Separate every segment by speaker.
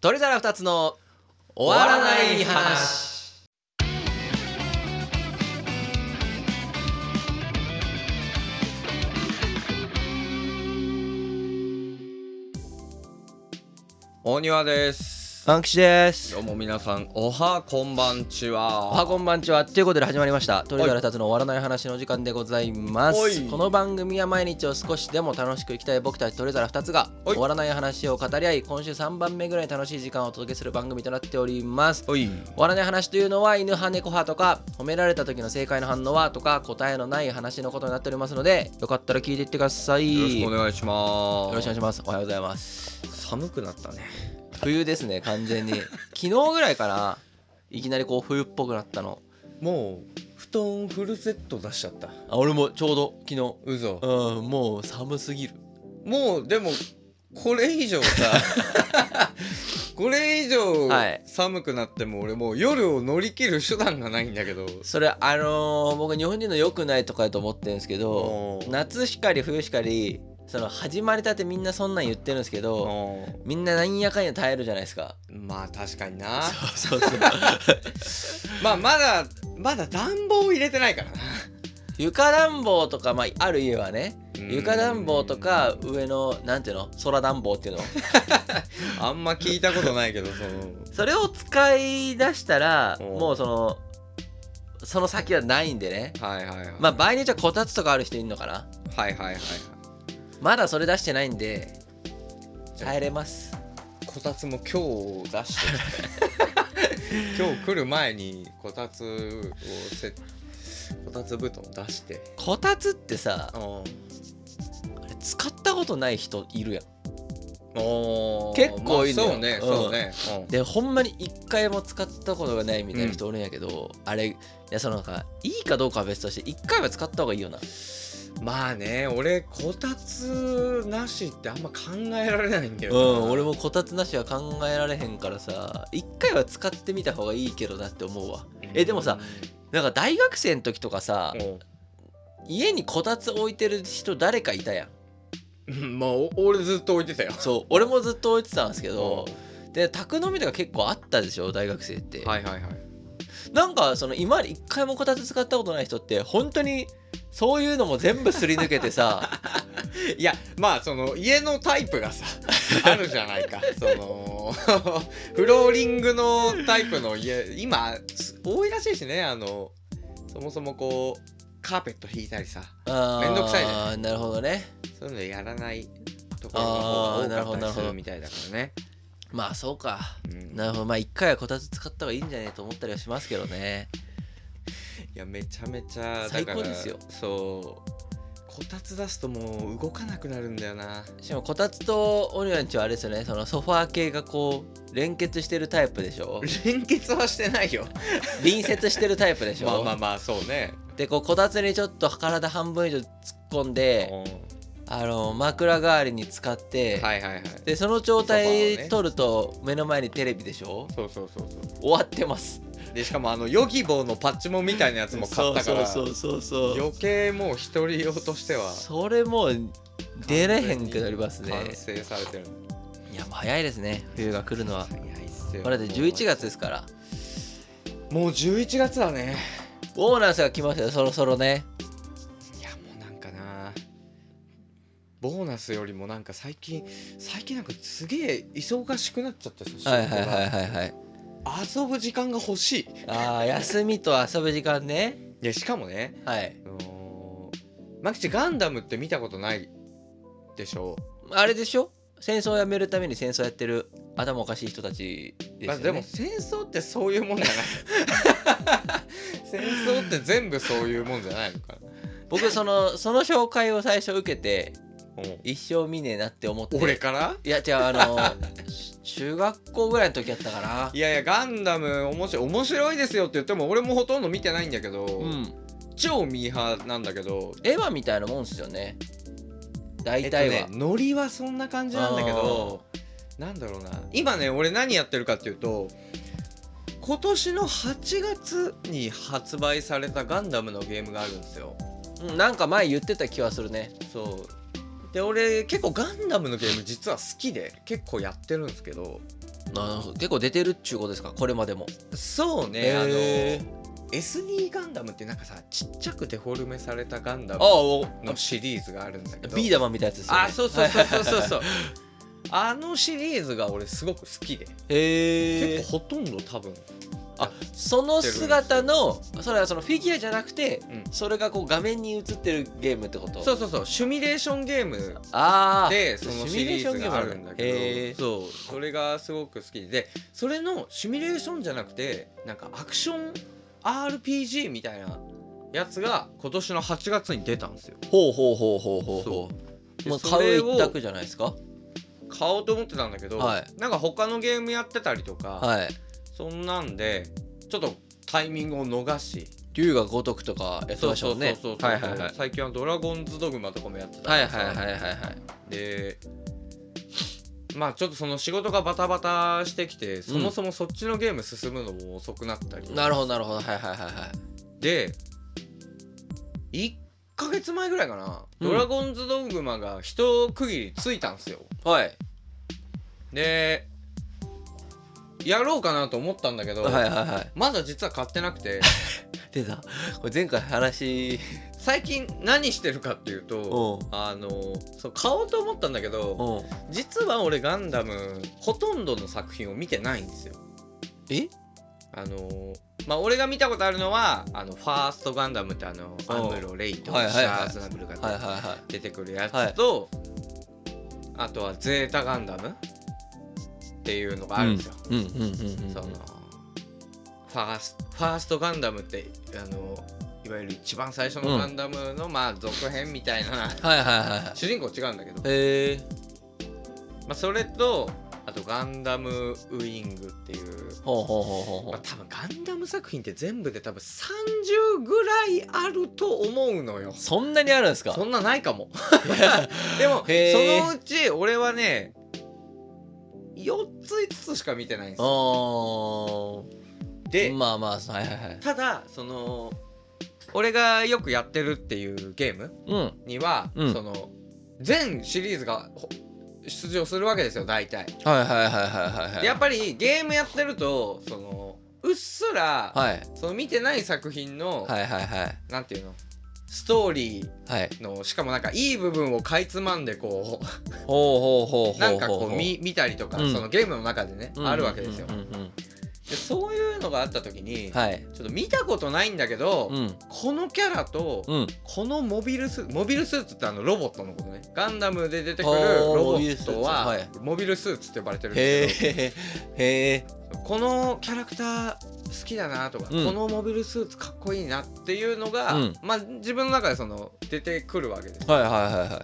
Speaker 1: 取り皿2つの終わらない話。大庭です。
Speaker 2: アンキシです
Speaker 1: どうも皆さん、おはこんばんち
Speaker 2: お
Speaker 1: は。
Speaker 2: はこんばんちはということで始まりました鳥から立つの終わらない話の時間でございま
Speaker 1: おい
Speaker 2: すこの番組は毎日を少しでも楽しく生きたい僕たち鳥皿2つが
Speaker 1: おい
Speaker 2: 終わらない話を語り合い今週3番目ぐらい楽しい時間をお届けする番組となっております
Speaker 1: おい。
Speaker 2: 終わらない話というのは犬派猫派とか褒められた時の正解の反応はとか答えのない話のことになっておりますのでよかったら聞いていってください
Speaker 1: よろしくお願いします。
Speaker 2: よろしくお願いしますおはようございます
Speaker 1: 寒くなったね。
Speaker 2: 冬ですね完全に昨日ぐらいかないきなりこう冬っぽくなったの
Speaker 1: もう布団フルセット出しちゃった。
Speaker 2: あ俺もちょうど昨日
Speaker 1: 嘘。
Speaker 2: うん、もう寒すぎる。
Speaker 1: もうでもこれ以上 さこれ以上
Speaker 2: はい
Speaker 1: 寒くなっても俺もう夜を乗り切る手段がないんだけど
Speaker 2: それ、あのー僕、日本人の良くないとかやと思ってるんですけど、
Speaker 1: おー
Speaker 2: 夏しかり冬しかり、その始まりたてみんなそんなん言ってるんですけど、
Speaker 1: おー
Speaker 2: みんななんやかんや耐えるじゃないですか。
Speaker 1: まあ確かにな
Speaker 2: そうそう。
Speaker 1: まあまだまだ暖房入れてないからな
Speaker 2: 床暖房とか、まあ、ある家はね、床暖房と
Speaker 1: うん
Speaker 2: か、上の、なんていうの、空暖房っていうの。
Speaker 1: あんま聞いたことないけどその
Speaker 2: それを使い出したら、
Speaker 1: おー
Speaker 2: もうその、その先はないんでね。
Speaker 1: はいはいはい
Speaker 2: まあ、場合によっちゃこたつとかある人いるのかな。
Speaker 1: はいはいはいはい
Speaker 2: まだそれ出してないんで、
Speaker 1: じゃあ
Speaker 2: 耐えれます。
Speaker 1: こたつも今日出 して今日来る前にこたつをせこたつ布団出して
Speaker 2: こたつってさ
Speaker 1: うん
Speaker 2: あれ使ったことない人いるやん
Speaker 1: おー
Speaker 2: 結構いんだよ
Speaker 1: まあそうね
Speaker 2: うん
Speaker 1: そうね、うん
Speaker 2: でほんまに一回も使ったことがないみたいな人おるんやけど、あれいやそのなんかいいかどうかは別として一回は使った方がいいよな
Speaker 1: まあね俺こたつなしってあんま考えられないんだよ
Speaker 2: う
Speaker 1: なん
Speaker 2: 俺もこたつなしは考えられへんからさ一回は使ってみた方がいいけどなって思うわえでもさなんか大学生の時とかさ家にこたつ置いてる人誰かいたやん
Speaker 1: うんまあお俺ずっと置いてたよ
Speaker 2: そう俺もずっと置いてたんですけどで宅飲みとか結構あったでしょ大学生って、
Speaker 1: うんはいはいはい
Speaker 2: なんかその今まで一回もこたつ使ったことない人って本当にそういうのも全部すり抜けて さ
Speaker 1: いやまあその家のタイプが さあるじゃないかその フローリングのタイプの家今多いらしいしねあのそもそもこうカーペット引いたりさ
Speaker 2: あー
Speaker 1: めんどくさいじゃ
Speaker 2: なるほどね
Speaker 1: そういうのやらないところの方
Speaker 2: あーな
Speaker 1: が
Speaker 2: る
Speaker 1: 多
Speaker 2: ほ
Speaker 1: か
Speaker 2: ど
Speaker 1: った
Speaker 2: なる
Speaker 1: りす
Speaker 2: ほど
Speaker 1: るみたいだからね
Speaker 2: まあそうか
Speaker 1: うん
Speaker 2: なるほどまあ一回はこたつ使った方がいいんじゃねえと思ったりはしますけどね
Speaker 1: いやめちゃめちゃ
Speaker 2: 最
Speaker 1: だ
Speaker 2: 高
Speaker 1: から
Speaker 2: ですよ
Speaker 1: そうこたつ出すともう動かなくなるんだよな
Speaker 2: しかもこたつとオニオンちはあれですよねそのソファー系がこう連結してるタイプでし ょ
Speaker 1: 連結はしてないよ
Speaker 2: 隣接してるタイプでしょ
Speaker 1: まあまあまあそうね
Speaker 2: でこうこたつにちょっと体半分以上突っ込んで
Speaker 1: うん
Speaker 2: あの枕代わりに使って、
Speaker 1: はいはいはい
Speaker 2: でその状
Speaker 1: ソファーをね
Speaker 2: 態取ると目の前にテレビでしょ
Speaker 1: そうそうそうそ
Speaker 2: 終わってます
Speaker 1: うでしかもあのヨギボーのパッチモンみたいなやつも買ったから
Speaker 2: そうそうそうそう
Speaker 1: 余計もう一人用としては
Speaker 2: それもう出れへんくなりますね
Speaker 1: 完成されてる
Speaker 2: いやもう早いですね冬が来るのは
Speaker 1: 早いっすよ
Speaker 2: まあだって11月ですから
Speaker 1: もう11月だね
Speaker 2: ボーナスが来ますよそろそろね
Speaker 1: いやもうなんかなボーナスよりもなんか最近最近なんかすげえ忙しくなっちゃってさ仕事が
Speaker 2: はいはいはいはいはい
Speaker 1: 遊ぶ時間が欲しいい
Speaker 2: あー休みと遊ぶ時間ね
Speaker 1: やしかもね
Speaker 2: はい
Speaker 1: あのーマキチガンダムって見たことないでしょ
Speaker 2: あれでしょ戦争をやめるために戦争やってる頭おかしい人たちです
Speaker 1: ま
Speaker 2: よ
Speaker 1: あ
Speaker 2: ね、
Speaker 1: でも戦争ってそういうもん じゃない戦争って全部そういうもんじゃないのかな
Speaker 2: 僕そのその紹介を最初受けて
Speaker 1: うん
Speaker 2: 一生見ねえなって思って
Speaker 1: 俺から
Speaker 2: いや違うあの し中学校ぐらいの時やったかない
Speaker 1: やいやガンダム面白い面白いですよって言っても俺もほとんど見てないんだけど、
Speaker 2: うん
Speaker 1: 超ミーハーなんだけど
Speaker 2: エヴァみたいなもんですよね大体は、
Speaker 1: えっとね、ノリはそんな感じなんだけどなんだろうな今ね俺何やってるかっていうと今年の8月に発売されたガンダムのゲームがあるんですよ
Speaker 2: うんなんか前言ってた気はするね
Speaker 1: そうで俺結構ガンダムのゲーム実は好きで結構やってるんですけど
Speaker 2: なるほど結構出てるっちゅうことですかこれまでも
Speaker 1: そうねあ
Speaker 2: へ
Speaker 1: の S2 ガンダムってなんかさちっちゃくデフォルメされたガンダム
Speaker 2: あお
Speaker 1: のシリーズがあるんだけど
Speaker 2: ビー玉みたいなやつですよね
Speaker 1: あそうそうそうそうそうそう うあのシリーズが俺すごく好きで
Speaker 2: へえ
Speaker 1: 結構ほとんど多分
Speaker 2: あその姿のそれはそのフィギュアじゃなくて、
Speaker 1: うん
Speaker 2: それがこう画面に映ってるゲームってこと
Speaker 1: そうそうそうシミュレーションゲーム
Speaker 2: ああ
Speaker 1: でそのシリーズがあるんだけ
Speaker 2: へ
Speaker 1: どそうそれがすごく好きでそれのシミュレーションじゃなくてなんかアクション RPG みたいなやつが今年の8月に出たんですよ
Speaker 2: ーほうほうほうほうほうほう
Speaker 1: で
Speaker 2: もう
Speaker 1: そ
Speaker 2: 買
Speaker 1: れ
Speaker 2: う
Speaker 1: を
Speaker 2: 一択じゃないですか
Speaker 1: 買おうと思ってたんだけど、
Speaker 2: はい
Speaker 1: なんか他のゲームやってたりとか、
Speaker 2: はい
Speaker 1: そんなんでちょっとタイミングを逃し
Speaker 2: 龍が如くとかやってましたもんね
Speaker 1: そうそうそうそう
Speaker 2: はいはいはい
Speaker 1: 最近は「ドラゴンズ・ドグマ」とかもやってた
Speaker 2: は
Speaker 1: か
Speaker 2: い
Speaker 1: らさ
Speaker 2: はいはいはいはい
Speaker 1: でまあちょっとその仕事がバタバタしてきてそもそもそっちのゲーム進むのも遅くなったり、
Speaker 2: なるほどなるほどはいはいはいはい
Speaker 1: で1ヶ月前ぐらいかな「
Speaker 2: うん
Speaker 1: ドラゴンズ・ドグマ」が一区切りついたんですよ
Speaker 2: はい
Speaker 1: でやろうかなと思ったんだけど、
Speaker 2: はいはいはい
Speaker 1: まだ実は買ってなくて
Speaker 2: 出たこれ前回話
Speaker 1: 最近何してるかっていうと
Speaker 2: うん
Speaker 1: あのそう買おうと思ったんだけど
Speaker 2: うん
Speaker 1: 実は俺ガンダムほとんどの作品を見てないんですよ
Speaker 2: え
Speaker 1: あのーまあ俺が見たことあるのはあのファーストガンダムってあのア
Speaker 2: おう
Speaker 1: ムロレイとシ
Speaker 2: はいはいはい
Speaker 1: ャアズナブルが
Speaker 2: はいはいは
Speaker 1: 出てくるやつと、あとはゼータガンダムっていうのがあるんですよ。
Speaker 2: いうんうんうんうん
Speaker 1: そのファースファーストガンダムってあのいわゆる一番最初のガンダムの、まあ続編みたい
Speaker 2: はい
Speaker 1: な
Speaker 2: はいはいは
Speaker 1: 主人公違うんだけど
Speaker 2: い、へえ
Speaker 1: まあ、それとあとガンダムウイングっていう
Speaker 2: ほうほうほうほうほ
Speaker 1: ま
Speaker 2: う
Speaker 1: あ、多分ガンダム作品って全部で多分30ぐらいあると思うのよ
Speaker 2: そんなにあるんですか
Speaker 1: そんなな いかもでも
Speaker 2: へー
Speaker 1: そのうち俺はね4つ5つしか見てないんですよ
Speaker 2: あ
Speaker 1: で、
Speaker 2: あまあまあはいはいはい
Speaker 1: ただその俺がよくやってるっていうゲーム
Speaker 2: うん
Speaker 1: には、
Speaker 2: うん
Speaker 1: その全シリーズがほ出場するわけですよ大体
Speaker 2: はいはいはいはいはいはい
Speaker 1: でやっぱりゲームやってるとそのうっすら、
Speaker 2: はい
Speaker 1: その見てない作品の、
Speaker 2: はいはいはい
Speaker 1: なんていうのストーリ
Speaker 2: はい
Speaker 1: ーのしかもなんかいい部分をかいつまんで
Speaker 2: ほ
Speaker 1: こ
Speaker 2: うほうほうほうほ
Speaker 1: う
Speaker 2: う
Speaker 1: なんかこう見見たりとか、
Speaker 2: うん
Speaker 1: そのゲームの中でね、
Speaker 2: うん
Speaker 1: あるわけですよ、
Speaker 2: うんうんうん
Speaker 1: でそういうのがあった時に、
Speaker 2: はい
Speaker 1: ちょっと見たことないんだけど、
Speaker 2: うん
Speaker 1: このキャラと、
Speaker 2: うん
Speaker 1: このモビルスーツモビルスーツってあのロボットのことねガンダムで出てく
Speaker 2: あ
Speaker 1: る
Speaker 2: ー
Speaker 1: ロボットは
Speaker 2: モビルスー
Speaker 1: モビルスーツって呼ばれてるん
Speaker 2: へ
Speaker 1: ですけ
Speaker 2: えへえ
Speaker 1: どこのキャラクター好きだなとか、
Speaker 2: うん
Speaker 1: このモビルスーツかっこいいなっていうのが、
Speaker 2: うん
Speaker 1: まあ自分の中でその出てくるわけですよ
Speaker 2: はいはいはいは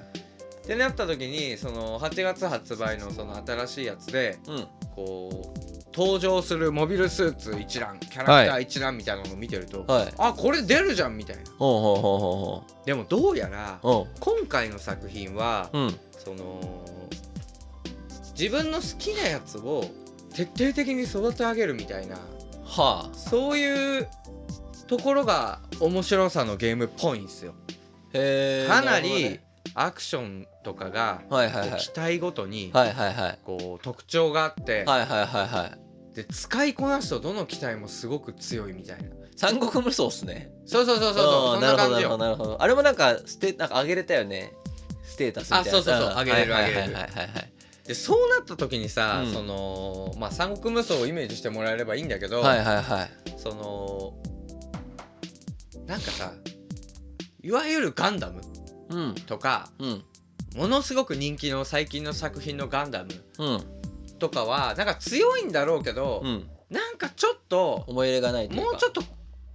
Speaker 1: ってなった時にその8月発売のその新しいやつで
Speaker 2: いうん
Speaker 1: こう登場するモビルスーツ一覧キャラクター一覧みたいなのを見てると、
Speaker 2: はい
Speaker 1: あこれ出るじゃんみたいな
Speaker 2: ほうほうほうほ
Speaker 1: でもどうやら
Speaker 2: うほう
Speaker 1: 今回の作品は
Speaker 2: うんうん
Speaker 1: その自分の好きなやつを徹底的に育て上げるみたいな
Speaker 2: はあ
Speaker 1: そういうところが面白さのゲームっぽいんですよ。
Speaker 2: へえ
Speaker 1: かな
Speaker 2: るほど
Speaker 1: り
Speaker 2: ね
Speaker 1: アクションとかが
Speaker 2: はいは
Speaker 1: こ
Speaker 2: いは
Speaker 1: う
Speaker 2: い
Speaker 1: 機体ごとに
Speaker 2: はいはいはい
Speaker 1: こう特徴があって、
Speaker 2: はいはいはいはい
Speaker 1: で使いこなすとどの機体もすごく強いみたいな
Speaker 2: 三国無双っすね
Speaker 1: そうそうそうそうそ
Speaker 2: ん
Speaker 1: うそんな感じ
Speaker 2: なるほど
Speaker 1: よ
Speaker 2: なるほどあれもなんかステなんか上げれたよねステータスみたいな
Speaker 1: あそうそうそうん上げれる
Speaker 2: はいはい
Speaker 1: 上げれる
Speaker 2: はいはいはい
Speaker 1: でそうなった時にさ、
Speaker 2: うん
Speaker 1: そのまあ三国無双をイメージしてもらえればいいんだけど、
Speaker 2: はいはいはい
Speaker 1: そのなんかさいわゆるガンダム
Speaker 2: うん
Speaker 1: とか
Speaker 2: うん
Speaker 1: ものすごく人気の最近の作品のガンダム
Speaker 2: うん
Speaker 1: とかはなんか強いんだろうけど、
Speaker 2: うん
Speaker 1: なんかちょっと
Speaker 2: 思い入れがないというか
Speaker 1: もうちょっとい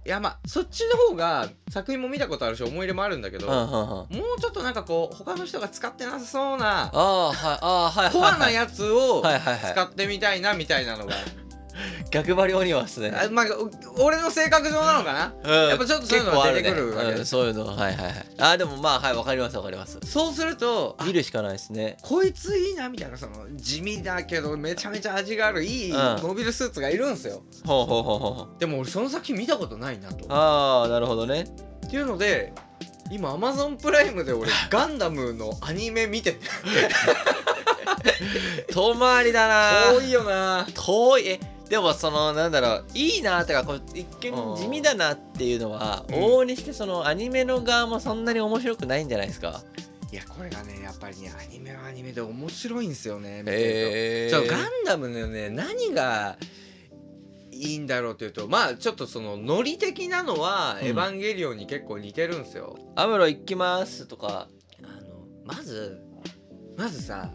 Speaker 1: やまあそっちの方が作品も見たことあるし思い入れもあるんだけど、
Speaker 2: うんうんうん
Speaker 1: もうちょっとなんかこう他の人が使ってなさそうな
Speaker 2: ああはいああはいはい
Speaker 1: コ
Speaker 2: はい
Speaker 1: アなやつを
Speaker 2: はいはいはい
Speaker 1: 使ってみたいなみたいなのが、
Speaker 2: 逆張り鬼はっすね
Speaker 1: あまあお俺の性格上なのかな、
Speaker 2: や
Speaker 1: っぱちょっとそういうのは出てくるわけ
Speaker 2: うん、そういうのはいはいはいあーでもまあはいわかりますわかります
Speaker 1: そうするとあ
Speaker 2: 見るしかないですね
Speaker 1: こいついいなみたいなその地味だけどめちゃめちゃ味があるいい
Speaker 2: うん
Speaker 1: モビルスーツがいるんすよ、
Speaker 2: ほうほうほうほう
Speaker 1: でも俺その先見たことないなと
Speaker 2: ああなるほどね
Speaker 1: っていうので今アマゾンプライムで俺ガンダムのアニメ見てて
Speaker 2: 遠回りだな
Speaker 1: 多いよな
Speaker 2: 遠いえでもそのなんだろういいなとかこう一見地味だなっていうのは
Speaker 1: うん
Speaker 2: 往々にしてそのアニメの側もそんなに面白くないんじゃないですか
Speaker 1: いやこれがねやっぱりねアニメはアニメで面白いんですよね見てると
Speaker 2: え
Speaker 1: じゃあガンダムのね何がいいんだろうというとまあちょっとそのノリ的なのは「
Speaker 2: うん
Speaker 1: エヴァンゲリオン」に結構似てるんですよ。
Speaker 2: アムロ行きますとか
Speaker 1: あのまずまずさ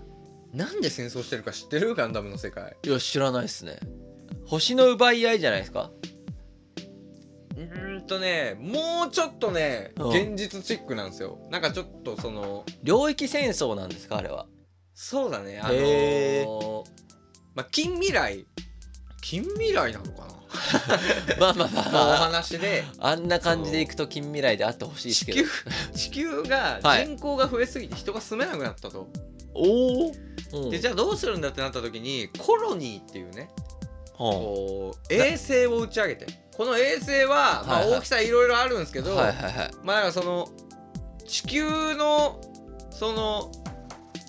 Speaker 1: なんで戦争してるか知ってるガンダムの世界。
Speaker 2: いや知らないですね星の奪い合いじゃないですか
Speaker 1: うーんとねもうちょっとね
Speaker 2: うん
Speaker 1: 現実チックなんですよ。なんかちょっとその
Speaker 2: 領域戦争なんですかあれは
Speaker 1: そうだねあ
Speaker 2: へ
Speaker 1: のまあ近未来近未来なのかな
Speaker 2: まあまあまあ、
Speaker 1: のお
Speaker 2: まあ、
Speaker 1: 話で。
Speaker 2: あんな感じでいくと近未来であってほしいです
Speaker 1: 地
Speaker 2: け
Speaker 1: 球
Speaker 2: ど
Speaker 1: 地球が
Speaker 2: はい
Speaker 1: 人口が増えすぎて人が住めなくなったと、
Speaker 2: おお、うん、
Speaker 1: でじゃあどうするんだってなった時にコロニーっていうね
Speaker 2: は
Speaker 1: こう衛星を打ち上げてこの衛星は、まあ、
Speaker 2: はいはい
Speaker 1: 大きさいろいろあるんですけ
Speaker 2: あ
Speaker 1: ど、
Speaker 2: はいはいはい
Speaker 1: まあだからその地球のその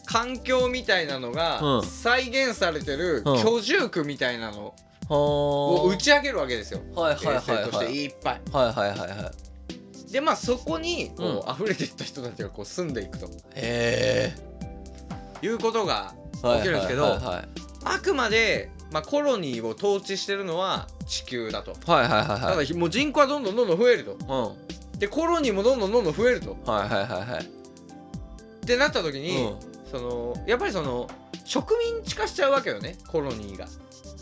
Speaker 1: 環境みたいなの
Speaker 2: う
Speaker 1: が
Speaker 2: ん
Speaker 1: 再現されてる
Speaker 2: うん
Speaker 1: 居住区みたいなのを
Speaker 2: は
Speaker 1: 打ち上げるわけですよ。
Speaker 2: あはい
Speaker 1: 衛
Speaker 2: はい
Speaker 1: 星
Speaker 2: はい
Speaker 1: とし
Speaker 2: はい
Speaker 1: ていっぱい。
Speaker 2: はいはいはいはい
Speaker 1: でまあそこにこ
Speaker 2: う
Speaker 1: う溢れていった人たちがこう住んでいくと
Speaker 2: へえ
Speaker 1: いうことが
Speaker 2: はい
Speaker 1: 起きるんですけど
Speaker 2: はいはい
Speaker 1: あくまで、まあ、コロニーを統治してるのは地球だと。
Speaker 2: はいはいはいはい
Speaker 1: た
Speaker 2: はい
Speaker 1: だひもう人口はどんどんどんどん増えると。
Speaker 2: うん
Speaker 1: でコロニーもどんどんどんどん増えると。
Speaker 2: はいはいはいはい
Speaker 1: ってなった時に、
Speaker 2: うん
Speaker 1: そのやっぱりその植民地化しちゃうわけよねコロニーが。っ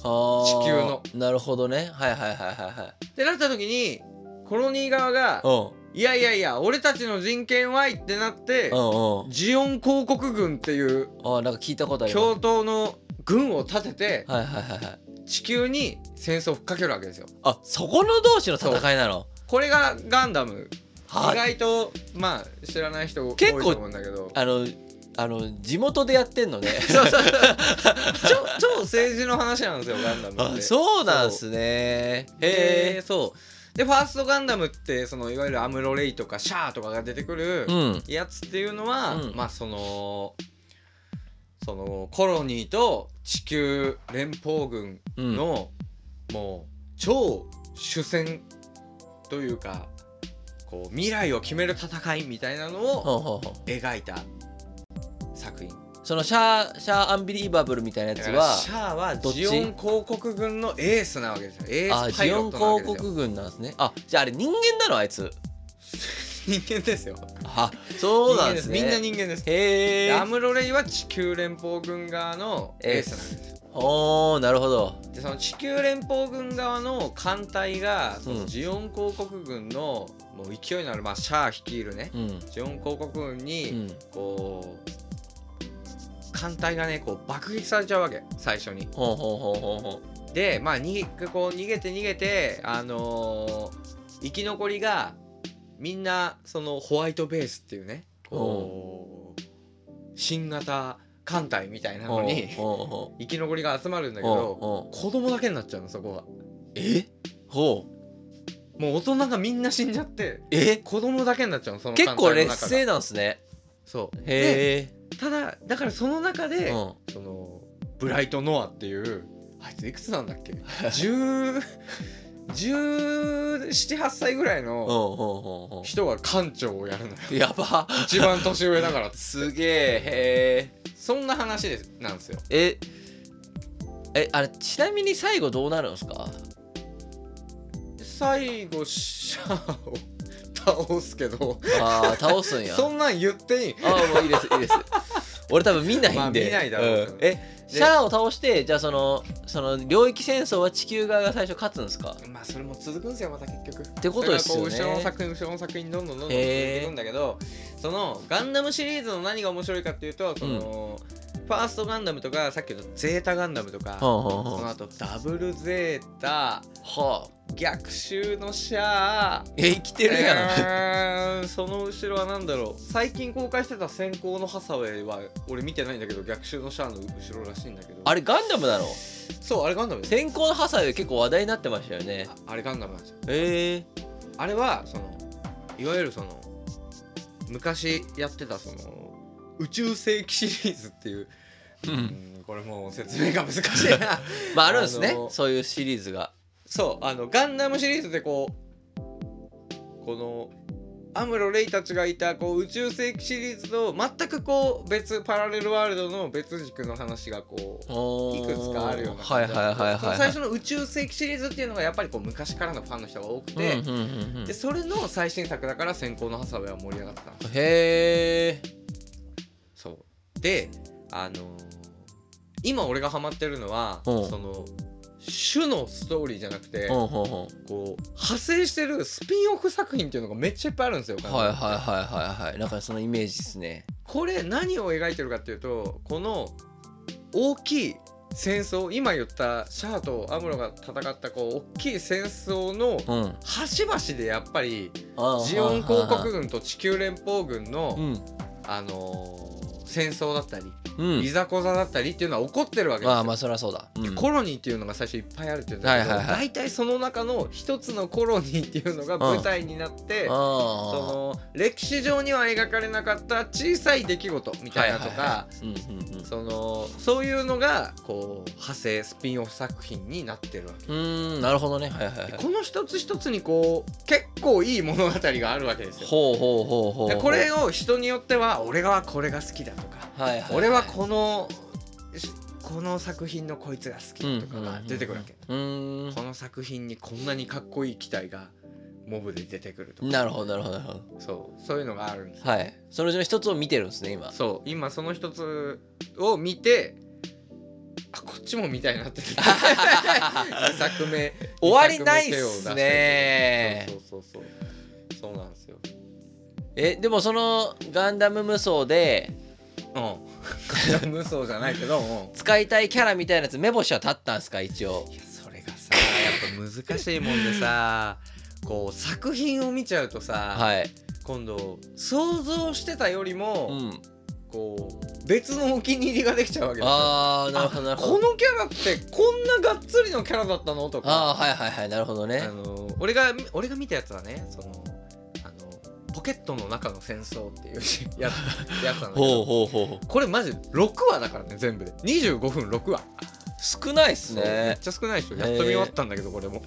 Speaker 2: はあ
Speaker 1: 地球の
Speaker 2: なるほどねはいはいはいはいはい
Speaker 1: てなった時にコロニー側が
Speaker 2: う
Speaker 1: 「いやいやいや俺たちの人権はい」ってなって
Speaker 2: んうんうん
Speaker 1: ジオン公国軍っていう
Speaker 2: あーなんか聞いたことあります
Speaker 1: 共闘の軍を立てて
Speaker 2: はいはいはいはい
Speaker 1: 地球に戦争を吹っかけるわけですよ。
Speaker 2: あそこの同士の戦いなの
Speaker 1: これがガンダム
Speaker 2: は
Speaker 1: 意
Speaker 2: い
Speaker 1: 外とまあ知らない人多い
Speaker 2: 結
Speaker 1: と
Speaker 2: 構
Speaker 1: 思うんだけど
Speaker 2: あのあの地元でやってんの ね
Speaker 1: そうそうそう超 超政治の話なんですよガンダムっ
Speaker 2: あ
Speaker 1: て。
Speaker 2: そうなんすね
Speaker 1: へえ
Speaker 2: へえ
Speaker 1: そうでファーストガンダムってそのいわゆるアムロ・レイとかシャアとかが出てくる
Speaker 2: うん
Speaker 1: やつっていうのは、
Speaker 2: うん
Speaker 1: まあそのそのコロニーと地球連邦軍
Speaker 2: うん
Speaker 1: の、もう超主戦というかこう未来を決める戦いみたいなのを
Speaker 2: ほうほうほう
Speaker 1: 描いた作品
Speaker 2: そのシャーシャーアンビリーバブルみたいなや
Speaker 1: だ
Speaker 2: つ
Speaker 1: から
Speaker 2: は
Speaker 1: シャアは
Speaker 2: どっち
Speaker 1: ジオン広告軍のエースなわけですよエ
Speaker 2: あ
Speaker 1: ースパイ
Speaker 2: ジオ
Speaker 1: ロッ
Speaker 2: ン
Speaker 1: トなわ
Speaker 2: 広
Speaker 1: けですよ
Speaker 2: 告軍なんですねあじゃああれ人間なのあいつ
Speaker 1: 人間ですよ
Speaker 2: あそうなんですね
Speaker 1: 人間ですみんな人間です
Speaker 2: へ
Speaker 1: で
Speaker 2: え
Speaker 1: アムロレイは地球連邦軍側のエースなんですよ
Speaker 2: おーなるほど
Speaker 1: でその地球連邦軍側の艦隊がそ
Speaker 2: うん
Speaker 1: のジオン広告軍のもう勢いのある、まあ、シャア率いるね
Speaker 2: うん
Speaker 1: ジオン広告軍
Speaker 2: う
Speaker 1: に
Speaker 2: ん
Speaker 1: こう艦隊がねこう爆撃されちゃうわけ最初に
Speaker 2: ほうほうほうほうほう
Speaker 1: でまあ逃げこう逃げて逃げてあのー生き残りがみんなそのホワイトベースっていうねこう新型艦隊みたいなのに
Speaker 2: ほうほうほ
Speaker 1: 生き残りが集まるんだ
Speaker 2: う
Speaker 1: けど
Speaker 2: ほうほう
Speaker 1: 子供だけになっちゃうのそこは
Speaker 2: えほう
Speaker 1: もう大人がみんな死んじゃって
Speaker 2: え
Speaker 1: 子供だけになっちゃうのその
Speaker 2: 結
Speaker 1: 艦
Speaker 2: 構
Speaker 1: 隊の
Speaker 2: 劣
Speaker 1: 中が
Speaker 2: 勢なんですね
Speaker 1: そうで
Speaker 2: へ
Speaker 1: ただだからその中
Speaker 2: え
Speaker 1: で、
Speaker 2: うん
Speaker 1: そのブライト・ノアっていうあいついくつなん だっけ1 7 8歳ぐらい
Speaker 2: ほう
Speaker 1: の
Speaker 2: ほうほうほ
Speaker 1: 人が艦長をやるのよ
Speaker 2: うやば
Speaker 1: 一番年上だから
Speaker 2: すげえへ
Speaker 1: そんな話ですなんですよ
Speaker 2: えええあれちなみに最後どうなるんですか
Speaker 1: 最後シャアを倒すけど
Speaker 2: あー倒すんや
Speaker 1: そんなん言っていい
Speaker 2: ああもういいですいいです俺多分見ないんで、
Speaker 1: まあ見ないだろうけど
Speaker 2: んえシャアを倒してじゃあそのその領域戦争は地球側が最初勝つんですか
Speaker 1: まあそれも続くんですよまた結局っ
Speaker 2: ってことですよね
Speaker 1: 後ろの作品後ろの作品どんどんどんどん続い
Speaker 2: へー
Speaker 1: ていくんだけどそのガンダムシリーズの何が面白いかっていうとその、ファーストガンダムとかさっきのゼータガンダムとか、
Speaker 2: はあはあ
Speaker 1: その
Speaker 2: は
Speaker 1: 後ダブルゼータ
Speaker 2: あはあ
Speaker 1: 逆襲のシャア
Speaker 2: え生きてるやん、
Speaker 1: えーその後ろは何だろう最近公開してた「先行のハサウェイ」は俺見てないんだけど逆襲のシャアの後ろらしいんだけど
Speaker 2: あれガンダムなの
Speaker 1: そうあれガンダムです
Speaker 2: 先行のハサウェイ結構話題になってましたよね
Speaker 1: ああれガンダムなんですよ
Speaker 2: へえ
Speaker 1: あれはそのいわゆるその昔やってたその宇宙世紀シリーズっていう、
Speaker 2: うん
Speaker 1: うんこれもう説明が難しいな
Speaker 2: まああるんですね
Speaker 1: あの
Speaker 2: そういうシリーズが
Speaker 1: そうあのガンダムシリーズでこうこのアムロ・レイたちがいたこう宇宙世紀シリーズと全くこう別パラレルワールドの別軸の話がこうい
Speaker 2: い
Speaker 1: くつかあるような
Speaker 2: はいはいはいはい
Speaker 1: そ
Speaker 2: はい
Speaker 1: の最初の宇宙世紀シリーズっていうのがやっぱりこう昔からのファンの人が多くて、
Speaker 2: うんうんうんうん
Speaker 1: でそれの最新作だから先行のハサウェイは盛り上がってたんです
Speaker 2: へえ
Speaker 1: そうであのー今俺がハマってるのは、
Speaker 2: うん
Speaker 1: その主のストーリーじゃなくて、
Speaker 2: ほんほんほん
Speaker 1: こう派生してるスピンオフ作品っていうのがめっちゃいっぱいあるんですよ。
Speaker 2: はいはいはいはいはいなんかそのイメージですね
Speaker 1: これ何を描いてるかっていうとこの大きい戦争今言ったシャアとアムロが戦ったこう大きい戦争の
Speaker 2: うん
Speaker 1: 端々でやっぱり
Speaker 2: あー
Speaker 1: ジオン公国
Speaker 2: はい
Speaker 1: 軍と地球連邦軍の、
Speaker 2: はいはい
Speaker 1: あのー戦争だったり、
Speaker 2: うんう
Speaker 1: い
Speaker 2: ん
Speaker 1: ざこざだったりっていうのは起こってるわけですよ。
Speaker 2: まあまあそりゃそうだうん
Speaker 1: コロニーっていうのが最初いっぱいあるって言うんだけど、
Speaker 2: はいはいはい
Speaker 1: 大体その中の一つのコロニーっていうのが舞台になって、そ
Speaker 2: あ
Speaker 1: の歴史上には描かれなかった小さい出来事み
Speaker 2: ー
Speaker 1: たいなとか、
Speaker 2: はいはいはいうんうんうん
Speaker 1: そのそういうのがこう派生スピンオフ作品になってるわけ。
Speaker 2: うーんなるほどねはいはいはい
Speaker 1: この一つ一つにこう結構いい物語があるわけですよ。
Speaker 2: ほうほうほうほう
Speaker 1: で
Speaker 2: ほう
Speaker 1: これを人によっては俺はこれが好きだとか、
Speaker 2: はいはいい
Speaker 1: 俺はこのしこの作品のこいつが好きだとかが出てくるわけ。
Speaker 2: うーん
Speaker 1: この作品にこんなにかっこいい機体がモブで出てくるとか
Speaker 2: なるほどなるほどなるほ
Speaker 1: そうそういうのがあるんです
Speaker 2: どはいそのうちの一つを見てるんですね今
Speaker 1: そう今その一つを見てあこっちも見たいなって2作 目
Speaker 2: 終わりないっすね
Speaker 1: そうそうそうそうそうなんですよ
Speaker 2: えでもそのガンダム無双で
Speaker 1: うん無双じゃないけど、うん、
Speaker 2: 使いたいキャラみたいなやつ目星は立ったんすか一応
Speaker 1: いやそれがさやっぱ難しいもんでさこう作品を見ちゃうとさ、
Speaker 2: はい
Speaker 1: 今度想像してたよりも、
Speaker 2: うん
Speaker 1: こう別のお気に入りができちゃうわけですよ。
Speaker 2: ああなるほどなるほ
Speaker 1: こ
Speaker 2: ど
Speaker 1: のキャラってこんながっつりのキャラだったのと
Speaker 2: ああ
Speaker 1: か
Speaker 2: はいはいはいなるほど
Speaker 1: あ
Speaker 2: ね
Speaker 1: の俺が俺が見たやつはねそのあのポケットの中の戦争っていう やつやつなんだけ
Speaker 2: ほう
Speaker 1: ど
Speaker 2: ほうほう
Speaker 1: これマジ6話だからね全部で25分6話
Speaker 2: 少ないっす
Speaker 1: そうめっ
Speaker 2: ね
Speaker 1: ちゃ少ないでしょ
Speaker 2: へ
Speaker 1: や
Speaker 2: ー
Speaker 1: っと見終わったんだけどこ れも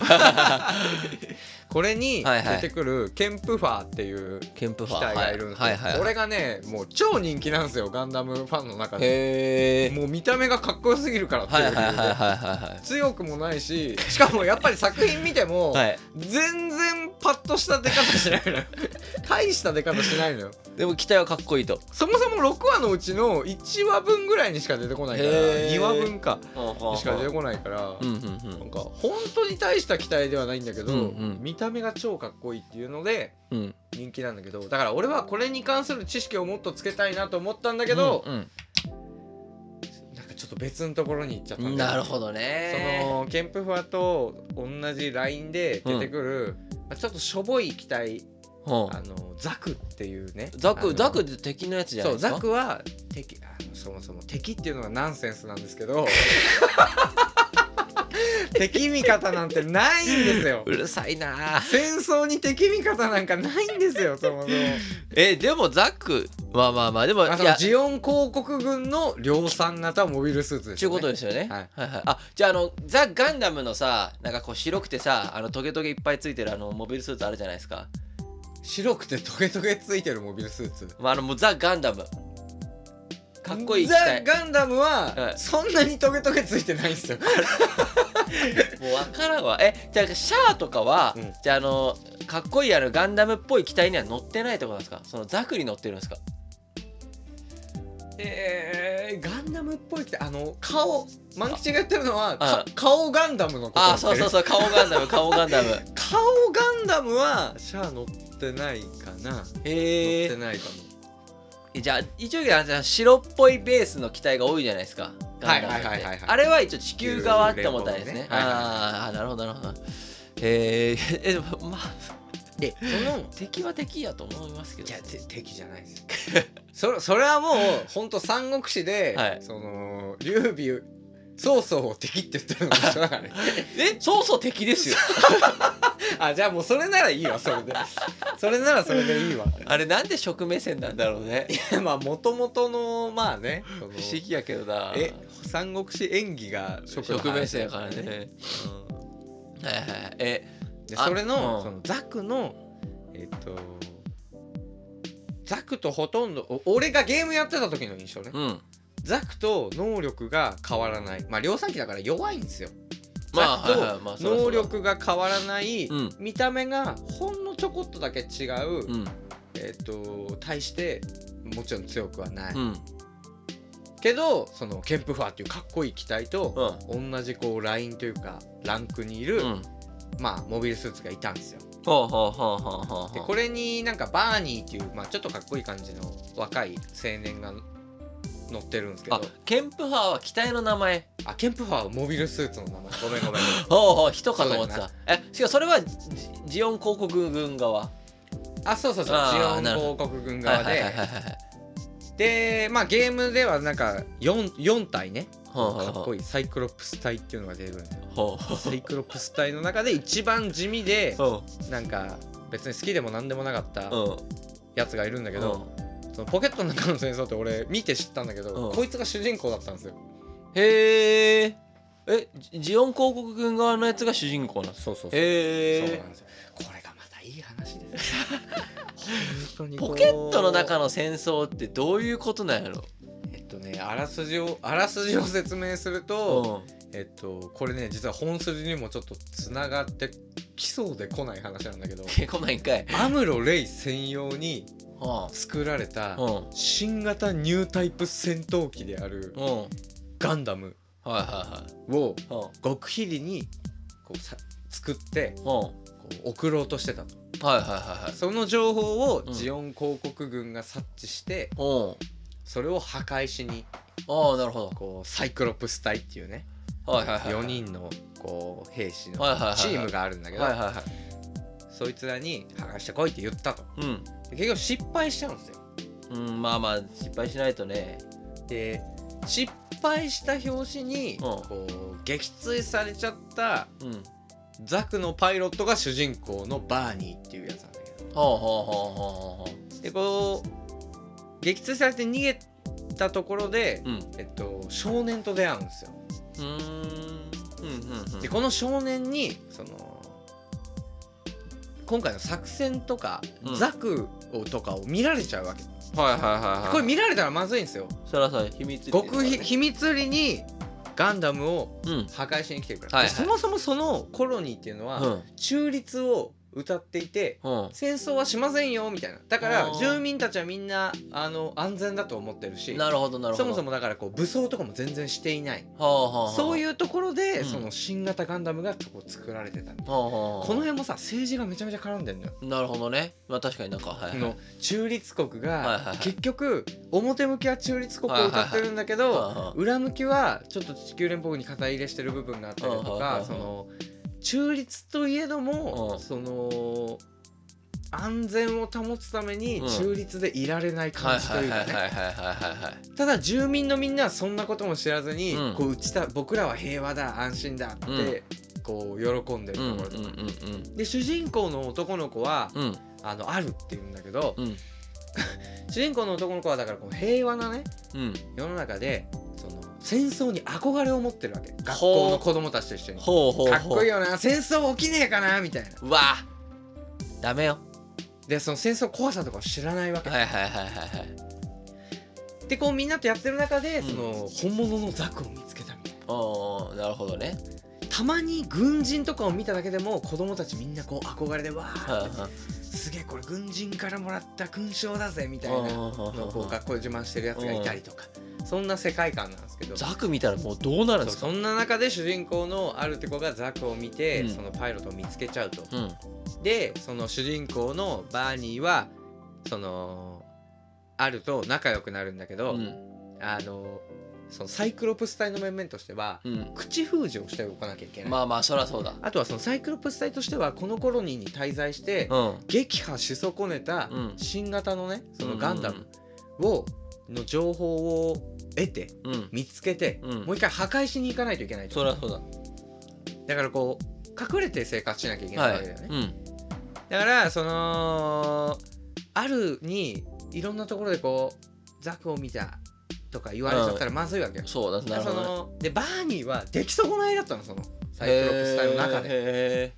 Speaker 1: これに
Speaker 2: はいはい
Speaker 1: 出てくるケンプファーっていう
Speaker 2: ケンプフ
Speaker 1: 機
Speaker 2: ァー
Speaker 1: 体がいるんですよ、
Speaker 2: はいはい
Speaker 1: こ
Speaker 2: は
Speaker 1: れ
Speaker 2: い
Speaker 1: がねもう超人気なんですよガンダムファンの中で
Speaker 2: へえ
Speaker 1: もう見た目がかっこよすぎるからってい
Speaker 2: は
Speaker 1: う
Speaker 2: い
Speaker 1: 理
Speaker 2: は
Speaker 1: 由
Speaker 2: い
Speaker 1: で、
Speaker 2: はいはいは
Speaker 1: 強くもないししかもやっぱり作品見ても、
Speaker 2: いはいはい
Speaker 1: 全然パッとした出方しないのよ 大した出方しないのよ
Speaker 2: でも機体はかっこいいと
Speaker 1: そもそも6話のうちの1話分ぐらいにしか出てこないから
Speaker 2: へー
Speaker 1: 2話分かにし
Speaker 2: し
Speaker 1: か出てこないから、
Speaker 2: うんうん
Speaker 1: なんか本当に大した期待ではないんだけど、
Speaker 2: うんうん
Speaker 1: 見た目が超かっこいいっていうので
Speaker 2: うんうん
Speaker 1: 人気なんだけどだから俺はこれに関する知識をもっとつけたいなと思ったんだけど、
Speaker 2: うん
Speaker 1: なんかちょっと別のところに行っちゃった
Speaker 2: うんん
Speaker 1: だよね
Speaker 2: なるほど
Speaker 1: そ
Speaker 2: ね
Speaker 1: のケンプファと同じラインで出てくる、まあちょっとしょぼい機体
Speaker 2: ほう
Speaker 1: あのザクっていうね
Speaker 2: ザ
Speaker 1: あの
Speaker 2: クザクって敵のやつじゃな
Speaker 1: そ
Speaker 2: いうですか
Speaker 1: ザクは敵あのそもそも敵っていうのがナンセンスなんですけ ど敵味方なんてないんですよ
Speaker 2: うるさいなあ
Speaker 1: 戦争に敵味方なんかないんですよそもそも
Speaker 2: えでもザクまあまあまあでも
Speaker 1: あ
Speaker 2: い
Speaker 1: その
Speaker 2: や
Speaker 1: ジオン広告軍の量産型モビルスーツです
Speaker 2: ちゅ
Speaker 1: よ
Speaker 2: う
Speaker 1: ね
Speaker 2: ことですよね。
Speaker 1: はい
Speaker 2: はいはい。あ、じゃああのザガンダムのさ、なんかこう白くてさ、あのトゲトゲいっぱいついてるあのモビルスーツあるじゃないですか。
Speaker 1: 白くてトゲトゲついてるモビルスーツ
Speaker 2: まああのもうザガンダム。かっこいい機
Speaker 1: ザ・
Speaker 2: 体。も
Speaker 1: ガンダム
Speaker 2: は
Speaker 1: はいそんなにトゲトゲついてないんですよ。
Speaker 2: うわからんわ。え、じゃあシャアとかは、
Speaker 1: うん
Speaker 2: じゃああのかっこいいあのガンダムっぽい機体には乗ってないってことなんですか。そのザクに乗ってるんですか。
Speaker 1: えー、ガンダムっぽいってあの顔万吉がやってるのは
Speaker 2: あ
Speaker 1: か顔ガンダムのこと
Speaker 2: ああ、
Speaker 1: を言ってる
Speaker 2: そうそうそう。顔ガンダム、顔ガンダム。
Speaker 1: 顔ガンダムはシャア乗ってないかな、
Speaker 2: へ
Speaker 1: 乗っ
Speaker 2: え
Speaker 1: て。ないかも。
Speaker 2: じゃあ一応あの白っぽいベースの機体が多いじゃないですか。
Speaker 1: はい
Speaker 2: ガンダムって
Speaker 1: はいはいはいはい
Speaker 2: あれは一応地球側って思ったんですね。
Speaker 1: 地球連邦ねはいはいはい
Speaker 2: ああなるほどなるほど。えー、えでもまあ
Speaker 1: でその
Speaker 2: 敵は敵やと思いますけど。
Speaker 1: いやて敵じゃないです よそれそれはもうほんと三国志で、
Speaker 2: はい
Speaker 1: その劉備そうそう敵って言ってるのと一緒だ からね
Speaker 2: えそうそう敵ですよ
Speaker 1: あじゃあもうそれならいいわそれでそれならそれでいいわ
Speaker 2: あれなんで食目線なんだろう ね
Speaker 1: まあもともとのまあねその
Speaker 2: 不思議やけどな
Speaker 1: え三国志演技が職
Speaker 2: 食目線やからね、うん、はいはいえ
Speaker 1: で
Speaker 2: あ
Speaker 1: それ
Speaker 2: う
Speaker 1: の
Speaker 2: ん
Speaker 1: そのザクのえっ、とザクとほとんどお俺がゲームやってた時の印象ね、
Speaker 2: うん
Speaker 1: ザクと能力が変わらないまあ量産機だから弱いんですよ
Speaker 2: まあ
Speaker 1: ざっと
Speaker 2: はいはいまあそらそら
Speaker 1: 能力が変わらない、
Speaker 2: うん
Speaker 1: 見た目がほんのちょこっとだけ違う、
Speaker 2: うん
Speaker 1: えっ、と対してもちろん強くはない、
Speaker 2: うん
Speaker 1: けどそのケンプファーっていうかっこいい機体と、
Speaker 2: うん
Speaker 1: 同じこうラインというかランクにいる、
Speaker 2: うん
Speaker 1: まあモビルスーツがいたんですよ
Speaker 2: ほうほうほうほうほうほ
Speaker 1: で
Speaker 2: う
Speaker 1: これになんかバーニーっていう、まあ、ちょっとかっこいい感じの若い青年が乗ってるんですけど
Speaker 2: あケンプハーは機体の名前
Speaker 1: あケンプファーはモビルスーツの名前ごめんご めん
Speaker 2: ほうほう人かと思って
Speaker 1: そ
Speaker 2: たえしかもそれはジジオン広告軍側
Speaker 1: あそうそうそう
Speaker 2: あー
Speaker 1: ジオ
Speaker 2: なるほ
Speaker 1: ン王国軍
Speaker 2: は
Speaker 1: 側
Speaker 2: いはいはい
Speaker 1: で
Speaker 2: はいはい
Speaker 1: でまあゲームではなんか 4, 四体ね
Speaker 2: ほうほうほ
Speaker 1: か
Speaker 2: う
Speaker 1: っこいいサイクロプス隊っていうのが出てくるんですよ
Speaker 2: ほうほう
Speaker 1: サイクロプス隊の中で一番地 味で
Speaker 2: ほ
Speaker 1: なんか別に好きでも何でもなかった
Speaker 2: ううん
Speaker 1: やつがいるんだけど、そのポケットの中の戦争って俺見て知ったんだけど、
Speaker 2: うん
Speaker 1: こいつが主人公だったんですよ
Speaker 2: へえ。え、ジジオン広告軍側のやつが主人公なんです。
Speaker 1: そうそう
Speaker 2: へ
Speaker 1: そう
Speaker 2: え
Speaker 1: なん。ですよこれがまたいい話ですよ本当にこう
Speaker 2: ポケットの中の戦争ってどういうことなんやろ。
Speaker 1: えっとねあらすじをあらすじを説明すると、
Speaker 2: うん。
Speaker 1: えっとこれね実は本筋にもちょっとつながってきそうで来ない話なんだ けど
Speaker 2: 結構ないんかい。
Speaker 1: アムロレイ専用に
Speaker 2: う
Speaker 1: 作られた
Speaker 2: ん。うん。
Speaker 1: 新型ニュータイプ戦闘機である
Speaker 2: うん。はい
Speaker 1: ガンダム
Speaker 2: は
Speaker 1: を
Speaker 2: いはい。
Speaker 1: 極秘裏にこうさ作って
Speaker 2: うん。うん。
Speaker 1: こう送ろうとしてたと
Speaker 2: はいはいはいはい。
Speaker 1: その情報を
Speaker 2: うん
Speaker 1: ジオン広告軍が察知して、
Speaker 2: うん。
Speaker 1: それを破壊しに
Speaker 2: ああ、なるほ
Speaker 1: こうサイクロプス隊っていうね
Speaker 2: ど。はいはいはい。
Speaker 1: 4。人のこう兵士の
Speaker 2: はいはいはい。
Speaker 1: チーム。があるんだけど
Speaker 2: はいはいはい。
Speaker 1: そいつらに破壊してこいって言ったと
Speaker 2: うん。
Speaker 1: で結局失敗しちゃうんですよ
Speaker 2: うん、まあまあ失敗しないとね。
Speaker 1: で失敗した拍子に
Speaker 2: ん
Speaker 1: こう撃墜されちゃった
Speaker 2: うん。ほ
Speaker 1: ザクのパイロットが主人公のバーニーっていうやつなんだけど
Speaker 2: うほうほうほうほ
Speaker 1: でこう撃墜されて逃げたところで
Speaker 2: うほう。うん。う
Speaker 1: えっと少年と出会うんですよ
Speaker 2: ーん。うんうんうん。
Speaker 1: でこの少年にその今回の作戦とか、
Speaker 2: うん
Speaker 1: ザクをとかを見られちゃうわけ
Speaker 2: はいはいはいはい。
Speaker 1: これ見られたらまずいんですよ
Speaker 2: そらさ秘密。
Speaker 1: 極秘。秘密裏にガンダムを
Speaker 2: うん。
Speaker 1: 破壊しに来てるから、
Speaker 2: はいはい
Speaker 1: でそもそもそのコロニーっていうのは、
Speaker 2: うん。
Speaker 1: 中立を歌っていて
Speaker 2: うん。
Speaker 1: 戦争はしませんよみたいなだから
Speaker 2: あー
Speaker 1: 住民たちはみんなあの安全だと思ってるし
Speaker 2: なるほどなるほど
Speaker 1: そもそもだからこう武装とかも全然していない
Speaker 2: はあはあはあ
Speaker 1: そういうところで、
Speaker 2: うん
Speaker 1: その新型ガンダムがこう作られてたみたいな
Speaker 2: はあはあはあ
Speaker 1: この辺もさ政治がめちゃめちゃ絡んでるのよ。
Speaker 2: なるほどねまあ確かになんかはい
Speaker 1: こ
Speaker 2: はい
Speaker 1: の中立国
Speaker 2: はいはいは
Speaker 1: が
Speaker 2: い
Speaker 1: 結局表向きは中立国を歌ってるんだけ
Speaker 2: はいはい
Speaker 1: ど
Speaker 2: はい
Speaker 1: 裏向きはちょっと地球連邦軍に肩入れしてる部分があったりと
Speaker 2: はいはいはいは
Speaker 1: か
Speaker 2: い
Speaker 1: その中立といえど
Speaker 2: う
Speaker 1: も
Speaker 2: ん
Speaker 1: その安全を保つために
Speaker 2: うん
Speaker 1: 中立でいられない
Speaker 2: は
Speaker 1: 感
Speaker 2: い
Speaker 1: じ
Speaker 2: は
Speaker 1: とい
Speaker 2: いうはい
Speaker 1: か
Speaker 2: はいは
Speaker 1: ね
Speaker 2: いはいはい
Speaker 1: ただ住民のみんなはそんなことも知らずに
Speaker 2: うん
Speaker 1: こううちた僕らは平和だ安心だってこう喜んでる
Speaker 2: うん
Speaker 1: と
Speaker 2: うんう
Speaker 1: ころとか
Speaker 2: ん
Speaker 1: で主人公の男の子は
Speaker 2: うん
Speaker 1: あのあるって言うんだけど、
Speaker 2: うん
Speaker 1: 主人公の男の子はだからこの平和なね
Speaker 2: うん
Speaker 1: 世の中でその戦争に憧れを持ってるわけ学校の子供たちと一緒に。
Speaker 2: ほうほうほう
Speaker 1: かっこいいよな戦争起きねえかなみたいな
Speaker 2: うわダメよ
Speaker 1: でその戦争怖さとかを知らないわけ、
Speaker 2: はいはいはいはいはい
Speaker 1: でこうみんなとやってる中で
Speaker 2: うん
Speaker 1: その、本物のザクを見つけたみたいな
Speaker 2: おーなるほどね
Speaker 1: たまに軍人とかを見ただけでも子供たちみんなこう憧れでわ
Speaker 2: はい
Speaker 1: ー
Speaker 2: は
Speaker 1: っ
Speaker 2: い
Speaker 1: て
Speaker 2: はい
Speaker 1: すげえこれ軍人からもらった勲章だぜみたいなのをこう
Speaker 2: は
Speaker 1: 学校で自慢してるやつがいたりとかそんな世界観なんですけど
Speaker 2: いザク見たらもうどうなるんです
Speaker 1: そ
Speaker 2: か
Speaker 1: うそんな中で主人公のあるって子がザクを見て、
Speaker 2: うん
Speaker 1: そのパイロットを見つけちゃうと、
Speaker 2: うん
Speaker 1: でその主人公のバーニーはそのあると仲良くなるんだけど、
Speaker 2: うん
Speaker 1: あのそのサイクロプス隊の面々としては
Speaker 2: うん
Speaker 1: 口封じをしておかなきゃいけない、
Speaker 2: まあまあそらそうだ
Speaker 1: あとはそのサイクロプス隊としてはこのコロニーに滞在して、
Speaker 2: うん
Speaker 1: 撃破し損ねた
Speaker 2: うん
Speaker 1: 新型のねそのガンダムをの情報を得て
Speaker 2: うん
Speaker 1: 見つけて、
Speaker 2: うん
Speaker 1: もう一回破壊しに行かないといけないと
Speaker 2: そりゃそうだ
Speaker 1: だからこう隠れて生活しなきゃいけないわ
Speaker 2: は
Speaker 1: け
Speaker 2: い
Speaker 1: だよね、
Speaker 2: うん
Speaker 1: だからそのあるにいろんなところでこうザクを見たとか言われちゃったらまずいわけよ、
Speaker 2: そうだなる
Speaker 1: そ
Speaker 2: ほどね
Speaker 1: のでバーニーは出来損ないだったのそのサイクロプス隊の中で
Speaker 2: で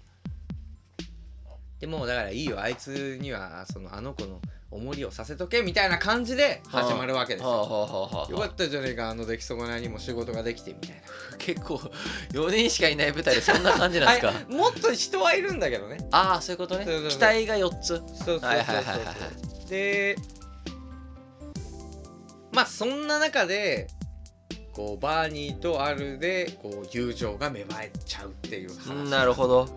Speaker 1: でもうだからいいよあいつにはそのあの子の重りをさせとけみたいな感じで始まるわけです
Speaker 2: はあは
Speaker 1: よ
Speaker 2: あはあはあ
Speaker 1: よかったじゃねえかあの出来損ないにも仕事ができてみたい
Speaker 2: 結構4人しかいない舞台でそんな感じ
Speaker 1: な
Speaker 2: なんですか
Speaker 1: あもっと人はいるんだけどね
Speaker 2: ああそういうことね
Speaker 1: そうそうそう
Speaker 2: 期待が4つ
Speaker 1: そうそうそうそう、
Speaker 2: はいはいはいはいは
Speaker 1: でまあそんな中でこうバーニーとアルでこう友情が芽生えちゃうっていう話
Speaker 2: なるほど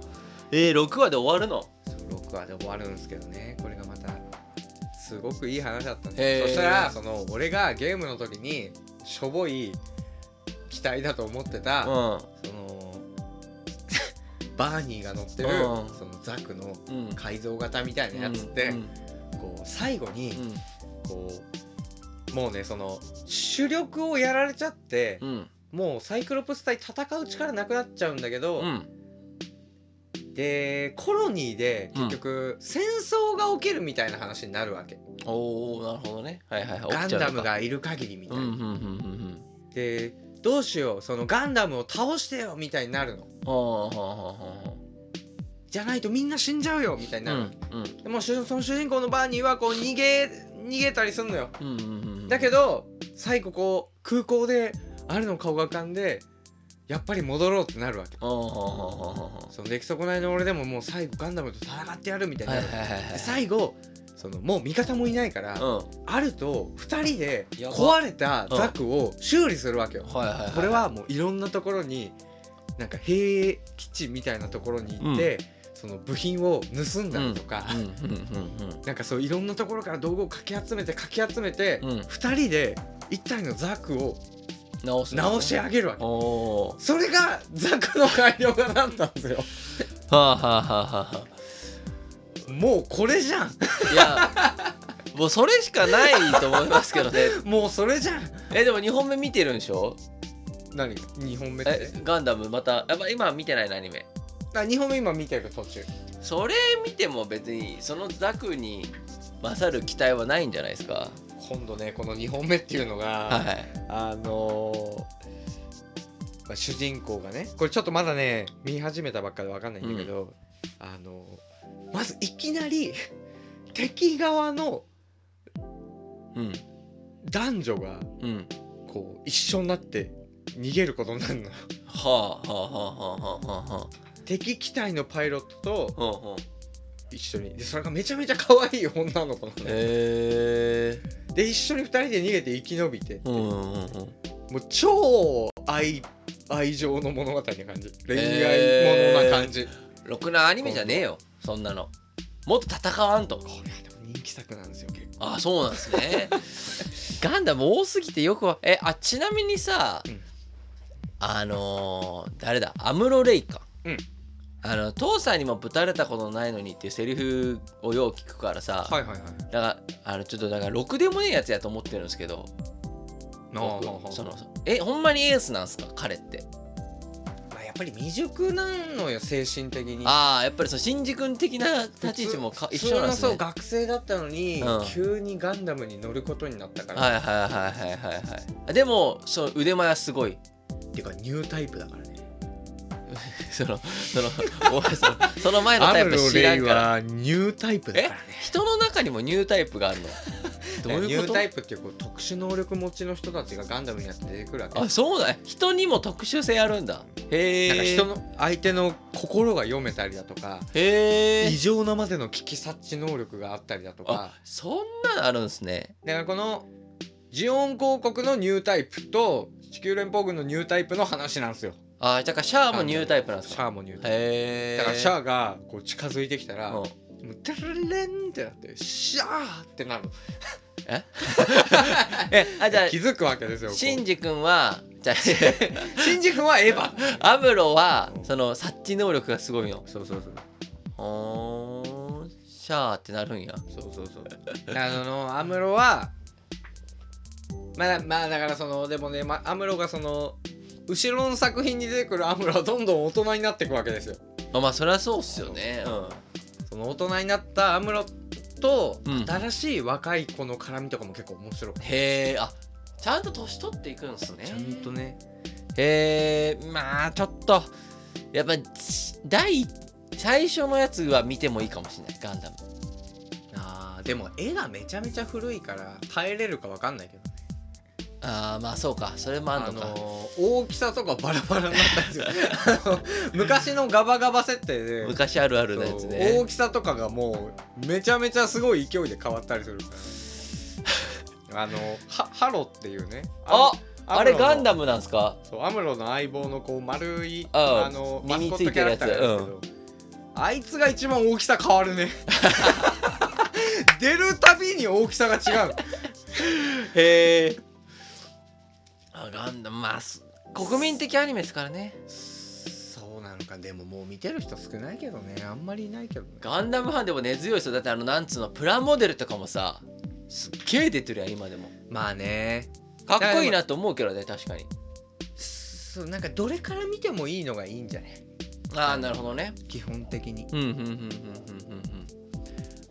Speaker 2: えー、6話で終わるの
Speaker 1: 6話で終わるんですけどねこれがまたすごくいい話だったん
Speaker 2: へ
Speaker 1: で
Speaker 2: ー
Speaker 1: そしたらその俺がゲームの時にしょぼい機体だと思ってた、
Speaker 2: う
Speaker 1: そのバーニーが乗ってる、
Speaker 2: うん
Speaker 1: そのザクの
Speaker 2: んうん
Speaker 1: 改造型みたいなやつって、
Speaker 2: うん
Speaker 1: こう最後に、
Speaker 2: うん
Speaker 1: こうもうねその主力をやられちゃって、
Speaker 2: うん
Speaker 1: もうサイクロプス対戦う力なくなっちゃうんだけど、
Speaker 2: うん
Speaker 1: でコロニーで結局、戦争が起きるみたいな話になるわけ
Speaker 2: おおなるほどねはいはいはい
Speaker 1: ガンダム
Speaker 2: 起
Speaker 1: がいる限りみ
Speaker 2: き
Speaker 1: た
Speaker 2: ち
Speaker 1: い
Speaker 2: ゃう
Speaker 1: な。
Speaker 2: のかうんうんうんうんうん
Speaker 1: でどうしようそのガンダムを倒してよみたいになるの
Speaker 2: ああはあはあは
Speaker 1: じゃないとみんな死んじゃうよみたいに
Speaker 2: あ
Speaker 1: なるの、
Speaker 2: うん
Speaker 1: でも主その主人公のバーニーはこう逃げ逃げたりすんのよ
Speaker 2: うんうんうんうん
Speaker 1: だけ
Speaker 2: ど
Speaker 1: ど最後こう空港でアルの顔が浮かんでやっぱり戻ろうってなるわけ
Speaker 2: ああはあはあはあは
Speaker 1: その出来損ないの俺でももう最後ガンダムと戦ってやるみたい
Speaker 2: あは
Speaker 1: にないる、
Speaker 2: はいはいはい
Speaker 1: で最後そのもう味方もいないから、
Speaker 2: うん
Speaker 1: あると2人で
Speaker 2: やば
Speaker 1: 壊れたザクを修理するわけよ、
Speaker 2: はいはいい
Speaker 1: これはもういろんなところになんか兵営基地みたいなところに行って、その部品を盗んだりとか、
Speaker 2: うんうんうんうん
Speaker 1: なんかそういろんなところから道具をかき集めてかき集めて、
Speaker 2: うん
Speaker 1: 2人で1体のザクを
Speaker 2: 直す
Speaker 1: 直し上げるわけ、
Speaker 2: おおー
Speaker 1: それがザクの改良型だったんですよ
Speaker 2: はあはあはあはあ
Speaker 1: もうこれじゃん
Speaker 2: いや もうそれしかないと思いますけどね
Speaker 1: もうそれじゃん
Speaker 2: えでも2本目見てるんでしょ
Speaker 1: 何2本目っ
Speaker 2: え
Speaker 1: て
Speaker 2: ガンダムまたやっぱ今見てないなアニメ
Speaker 1: あ2本目今見てる途中
Speaker 2: それ見ても別にそのザクに勝る期待はないんじゃないですか
Speaker 1: 今度ねこの2本目っていうのが、
Speaker 2: はい
Speaker 1: あのーまあ主人公がねこれちょっとまだね見始めたばっかで分かんないんだけど、あのーまずいきなり 敵側の
Speaker 2: うん
Speaker 1: 男女が
Speaker 2: うん
Speaker 1: こう一緒になって逃げることになるのよ
Speaker 2: はあはあはあはあはあは
Speaker 1: 敵機体のパイロットと
Speaker 2: あはあはあ
Speaker 1: 一緒にでそれがめちゃめちゃ可愛い女の子なのよ
Speaker 2: へえ
Speaker 1: で一緒に2人で逃げて生き延びてって
Speaker 2: う
Speaker 1: い
Speaker 2: ん
Speaker 1: う
Speaker 2: うんうんうん
Speaker 1: もう超愛愛情の物語な感じ恋愛ものな感じ、
Speaker 2: ろくなアニメじゃねえよそんなのもっと戦わんと
Speaker 1: これはでも人気作なんですよ結構
Speaker 2: あそうなんですねガンダム多すぎてよくわえあちなみにさ、
Speaker 1: うん
Speaker 2: あのー誰だアムロ・レイか、
Speaker 1: うん
Speaker 2: あの父さんにもぶたれたことないのにっていうセリフをよう聞くからさ、
Speaker 1: いはいはい
Speaker 2: だからあのちょっとだからろくでもねえやつやと思ってるんですけど僕
Speaker 1: 僕
Speaker 2: そ
Speaker 1: その
Speaker 2: のえほんまにエースなんすか彼って
Speaker 1: まあやっぱり未熟なのよ精神的に
Speaker 2: ああやっぱりその新次君的な立ち位置もか
Speaker 1: 普
Speaker 2: 一緒
Speaker 1: 通
Speaker 2: なん
Speaker 1: の
Speaker 2: です
Speaker 1: そう
Speaker 2: ね
Speaker 1: 学生だったのに、
Speaker 2: うん
Speaker 1: 急にガンダムに乗ることになったから、
Speaker 2: はいはいはいはいはいはいでもその腕前はすごい
Speaker 1: っていうかニュータイプだからね
Speaker 2: そのそのお前そのその前のタイプ知らんから
Speaker 1: ニュータイプ
Speaker 2: だからね人の中にもニュータイプがある のどう
Speaker 1: ニ
Speaker 2: いう
Speaker 1: ュ
Speaker 2: こ
Speaker 1: ー
Speaker 2: と
Speaker 1: タイプっていうこう特殊能力持ちの人たちがガンダムにやって出てくるわけ
Speaker 2: あそうだ人にも特殊性あるんだへえ
Speaker 1: なんか人の相手の心が読めたりだとか
Speaker 2: へ
Speaker 1: 異
Speaker 2: え
Speaker 1: 常なまでの危機察知能力があったりだとか
Speaker 2: あそんなんあるんですね
Speaker 1: だからこのジオン公国のニュータイプと地球連邦軍のニュータイプの話なんですよ
Speaker 2: あだからシャアもニュータイプなんです
Speaker 1: シ
Speaker 2: か
Speaker 1: ャアもニュータイ
Speaker 2: へ
Speaker 1: プ
Speaker 2: え
Speaker 1: だからシャアがこう近づいてきたら
Speaker 2: う
Speaker 1: も
Speaker 2: ん
Speaker 1: うテレレンってなってシャーってなる
Speaker 2: えあじゃ
Speaker 1: 気
Speaker 2: あ
Speaker 1: づくわけですよこう
Speaker 2: シンジ君はじゃ
Speaker 1: シンジ君はエ ヴァ
Speaker 2: あアムロは
Speaker 1: うん
Speaker 2: その察知能力がすごいの
Speaker 1: そうそうそう
Speaker 2: ほーんシャアってなるんや
Speaker 1: そうそうそうあのアムロはまあまあだからそのでもね、まあ、アムロがその後ろの作品に出てくるアムロはどんどん大人になっていくわけですよ。
Speaker 2: あまあそれはそうっすよね
Speaker 1: うん、その大人になったアムロと
Speaker 2: うん
Speaker 1: 新しい若い子の絡みとかも結構面白くて、
Speaker 2: へえあちゃんと年取っていくんすね
Speaker 1: ちゃんとね
Speaker 2: へえまあちょっとやっぱ第一最初のやつは見てもいいかもしれないガンダム
Speaker 1: あーでも絵がめちゃめちゃ古いから耐えれるかわかんないけど
Speaker 2: あーまあそうかそれもあ
Speaker 1: あ
Speaker 2: んのか、
Speaker 1: のー大きさとかバラバラになったりする あの昔のガバガバ設定で
Speaker 2: 昔あるある
Speaker 1: そう
Speaker 2: のやつね
Speaker 1: 大きさとかがもうめちゃめちゃすごい勢いで変わったりするあのハハロっていうね
Speaker 2: あ
Speaker 1: の
Speaker 2: あれガン
Speaker 1: ム
Speaker 2: ダムなんすか
Speaker 1: そうアムロの相棒のこう丸い
Speaker 2: あ
Speaker 1: あのマ
Speaker 2: 身に
Speaker 1: スコ
Speaker 2: つ
Speaker 1: ット
Speaker 2: い
Speaker 1: キ
Speaker 2: て
Speaker 1: ャ
Speaker 2: る
Speaker 1: ラ
Speaker 2: や
Speaker 1: ク
Speaker 2: つ
Speaker 1: ターなんですけど、あいつが一番大きさ変わ るね出るたびに大きさが違う
Speaker 2: へえガンダムまあす国民的アニメですからね
Speaker 1: そうなのかでももう見てる人少ないけどねあんまりいないけどね
Speaker 2: ガンダムファンでも根強い人だってあのなんつうのプラモデルとかもさすっげえ出てるやん今でも
Speaker 1: まあね
Speaker 2: かっこいいなと思うけどね確かに
Speaker 1: そうなんかどれから見てもいいのがいいんじゃね
Speaker 2: ああなるほどね
Speaker 1: 基本的に
Speaker 2: うんうんうんうんうんうんうん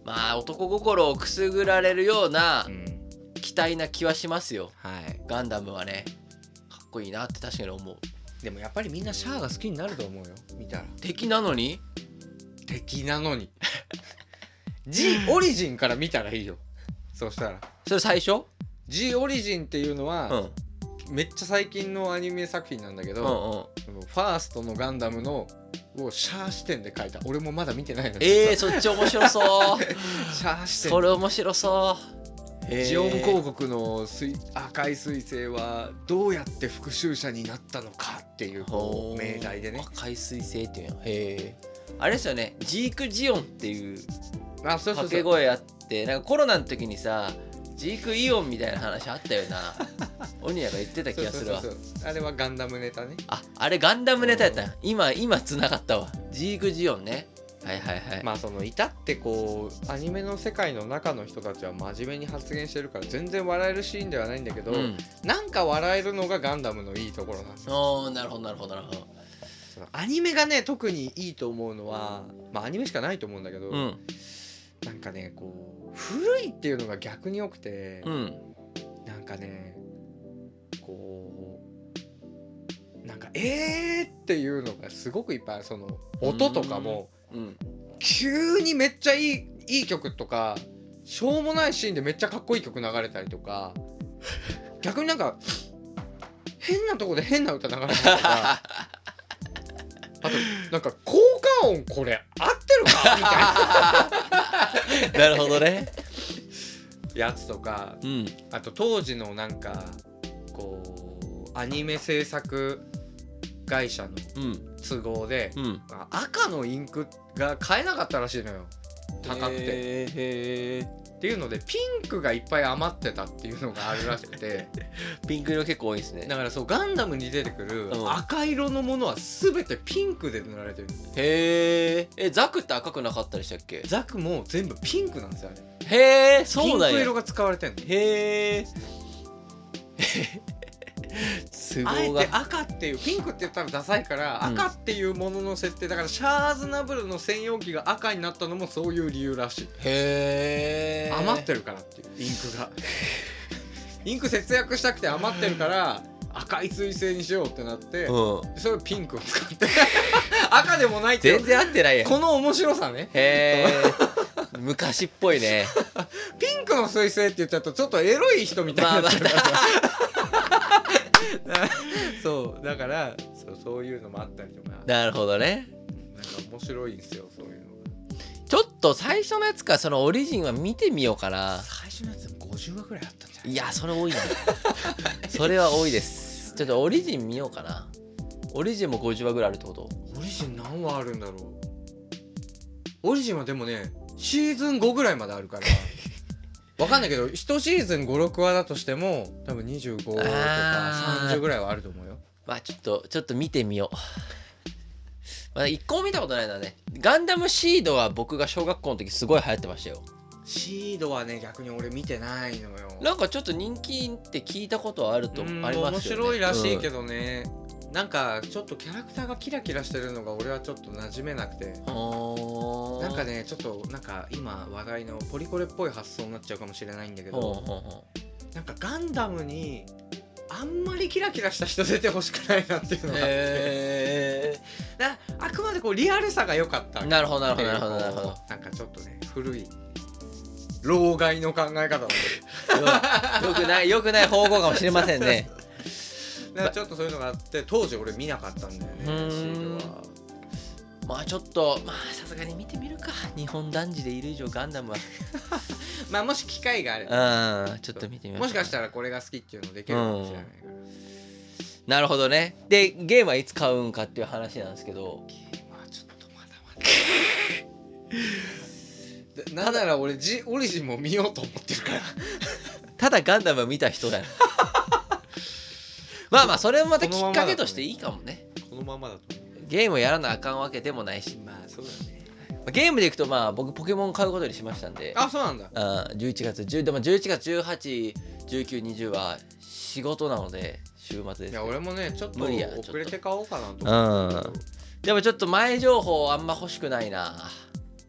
Speaker 2: まあ男心をくすぐられるような
Speaker 1: うん
Speaker 2: 期待な気はしますよ
Speaker 1: はい
Speaker 2: ガンダムはねかっこいいなって確かに思う
Speaker 1: でもやっぱりみんなシャアが好きになると思うよ見たら
Speaker 2: 敵なのに
Speaker 1: 敵なのにジオリジンから見たらいいよそうしたら
Speaker 2: それ最初
Speaker 1: ジオリジンっていうの
Speaker 2: うんうん
Speaker 1: は、めっちゃ最近のアニメ作品なんだけ
Speaker 2: う
Speaker 1: ど、
Speaker 2: ん
Speaker 1: そのファーストのガンダムのをシャア視点で描いた俺もまだ見てないの
Speaker 2: えー、
Speaker 1: 実
Speaker 2: そっち面白 そう
Speaker 1: はシャア視
Speaker 2: そ
Speaker 1: 点
Speaker 2: れ面白そうへー
Speaker 1: ジオン公国の水赤い彗星はどうやって復讐者になったのかっていうこ
Speaker 2: ほー
Speaker 1: う命題でね
Speaker 2: 赤い彗星っていうのへえあれですよねジークジオンっていう
Speaker 1: あそう
Speaker 2: 掛
Speaker 1: そうそ
Speaker 2: け
Speaker 1: う
Speaker 2: 声あってなんかコロナの時にさジークイオンみたいな話あったよな オニアが言ってた気がするわ
Speaker 1: そうそうそうそうあれはガンダムネタね
Speaker 2: ああれガンダムネタやったんや今今つながったわジークジオンねはいはいはい、
Speaker 1: まあその至ってこうアニメの世界の中の人たちは真面目に発言してるから全然笑えるシーンではないんだけど、
Speaker 2: うん、
Speaker 1: なんか笑えるのがガンダムのいいところなんですよ
Speaker 2: おーなるほどなるほどなるほど
Speaker 1: そのアニメがね特にいいと思うのはまあアニメしかないと思うんだけど、
Speaker 2: うん
Speaker 1: なんかねこう古いっていうのが逆に良くて、
Speaker 2: うん
Speaker 1: なんかねこうなんか「えー!」っていうのがすごくいっぱいあるその音とかも
Speaker 2: うん
Speaker 1: 急にめっちゃいいいい曲とかしょうもないシーンでめっちゃかっこいい曲流れたりとか逆になんか変なとこで変な歌流れたりとかあとなんか効果音これ合ってるかみた
Speaker 2: な
Speaker 1: いな
Speaker 2: るほどね
Speaker 1: やつとか
Speaker 2: うん
Speaker 1: あと当時のなんかこうアニメ制作会社の
Speaker 2: うん
Speaker 1: 都合で、
Speaker 2: うん
Speaker 1: あ赤のインクが買えなかったらしいのよ高くて。
Speaker 2: へーへー
Speaker 1: っていうのでピンクがいっぱい余ってたっていうのがあるらし くて
Speaker 2: ピンク色結構多いですね
Speaker 1: だからそうガンダムに出てくる
Speaker 2: うん
Speaker 1: 赤色のものは全てピンクで塗られてる
Speaker 2: へーえザクって赤くなかったでしたっけ
Speaker 1: ザクも全部ピンクなんですよあれ
Speaker 2: へえ
Speaker 1: ピ
Speaker 2: そう
Speaker 1: ン
Speaker 2: なん
Speaker 1: ク
Speaker 2: や
Speaker 1: 色が使われてるの
Speaker 2: へえ都
Speaker 1: あえ
Speaker 2: 合が
Speaker 1: て赤っていうピンクって言ったらダサいから、
Speaker 2: うん
Speaker 1: 赤っていうものの設定だからシャアーズナブルの専用機が赤になったのもそういう理由らしい、
Speaker 2: へえ
Speaker 1: 余ってるからっていうインク がインク節約したくて余ってるから赤い彗星にしようってなって、
Speaker 2: うん
Speaker 1: それをピンクを使って 赤でもないって
Speaker 2: 全然合ってないやん
Speaker 1: この面白さね
Speaker 2: へえ昔っぽいね
Speaker 1: ピンクの彗星って言っちゃうとちょっとエロい 人みたいになっちゃうから、そうだからそうそういうのもあったりとか
Speaker 2: なるほどね
Speaker 1: なんか面白いんですよそういうのが
Speaker 2: ちょっと最初のやつかそのオリジンは見てみようかな
Speaker 1: 最初のやつでも50話ぐらいあったんじゃない
Speaker 2: いやそれ 多いなそれは多いですちょっとオリジン見ようかなオリジンも50話ぐらいあるってこと
Speaker 1: オリジン何話あるんだろうオリジンはでもねシーズン5ぐらいまであるから わかんないけど1シーズン56話だとしても多分25とか
Speaker 2: あー
Speaker 1: 30ぐらいはあると思うよ
Speaker 2: まあちょっとちょっと見てみようまだ一個も見たことないなねガンダムシードは僕が小学校の時すごい流行ってましたよ
Speaker 1: シードはね逆に俺見てないのよ
Speaker 2: なんかちょっと人気って聞いたことあるとあ
Speaker 1: う
Speaker 2: り
Speaker 1: ん
Speaker 2: ますよね
Speaker 1: 面白いらしいけ
Speaker 2: ど、
Speaker 1: どね、なんかちょっとキャラクターがキラキラしてるのが俺はちょっと馴染めなくて
Speaker 2: うん
Speaker 1: なんかねちょっとなんか今話題のポリコレっぽい発想になっちゃうかもしれないんだけ
Speaker 2: ほう
Speaker 1: ど
Speaker 2: ほうほ
Speaker 1: なんかガンダムにあんまりキラキラした人出てほしくないなっていう
Speaker 2: う
Speaker 1: のがあって、
Speaker 2: へ
Speaker 1: なあくまでこうリアルさが良かった
Speaker 2: ー、なるほどなるほどなるほどなるほ
Speaker 1: こ
Speaker 2: ど
Speaker 1: うなんかちょっとね古い老害の考え方だね
Speaker 2: よよくないよくない方向かもしれませんね
Speaker 1: なんかちょっとそういうのがあって当時俺見なかったんだよね
Speaker 2: うーん
Speaker 1: シールは
Speaker 2: まあちょっとまあさすがに見てみるか日本男児でいる以上ガンダム
Speaker 1: まあもし機会があれば
Speaker 2: はうんちょっと見てみま
Speaker 1: もしかした
Speaker 2: ら
Speaker 1: らこれが好きっていうのできるかもしれないから、
Speaker 2: なるほどねでゲームはいつ買うんかっていう話なんですけど
Speaker 1: まあちょっとまだまだでなんなら俺ジオリジンも見ようと思ってるから
Speaker 2: ただガンダムを見た人 だよまあまあそれもまたきっかけとしていいかもね
Speaker 1: このままだと
Speaker 2: ゲームをやらなあかんわけでもないし
Speaker 1: まあそうだね
Speaker 2: ゲームでいくとまあ僕ポケモン買うことにしましたんで
Speaker 1: あそうなんだ
Speaker 2: あー11月10でも11月181920は仕事なので週末で
Speaker 1: い
Speaker 2: す
Speaker 1: や俺もねちょっと
Speaker 2: 無理や
Speaker 1: 遅れて買おうかなと思って
Speaker 2: うんでもちょっと前情報あんま欲しくないな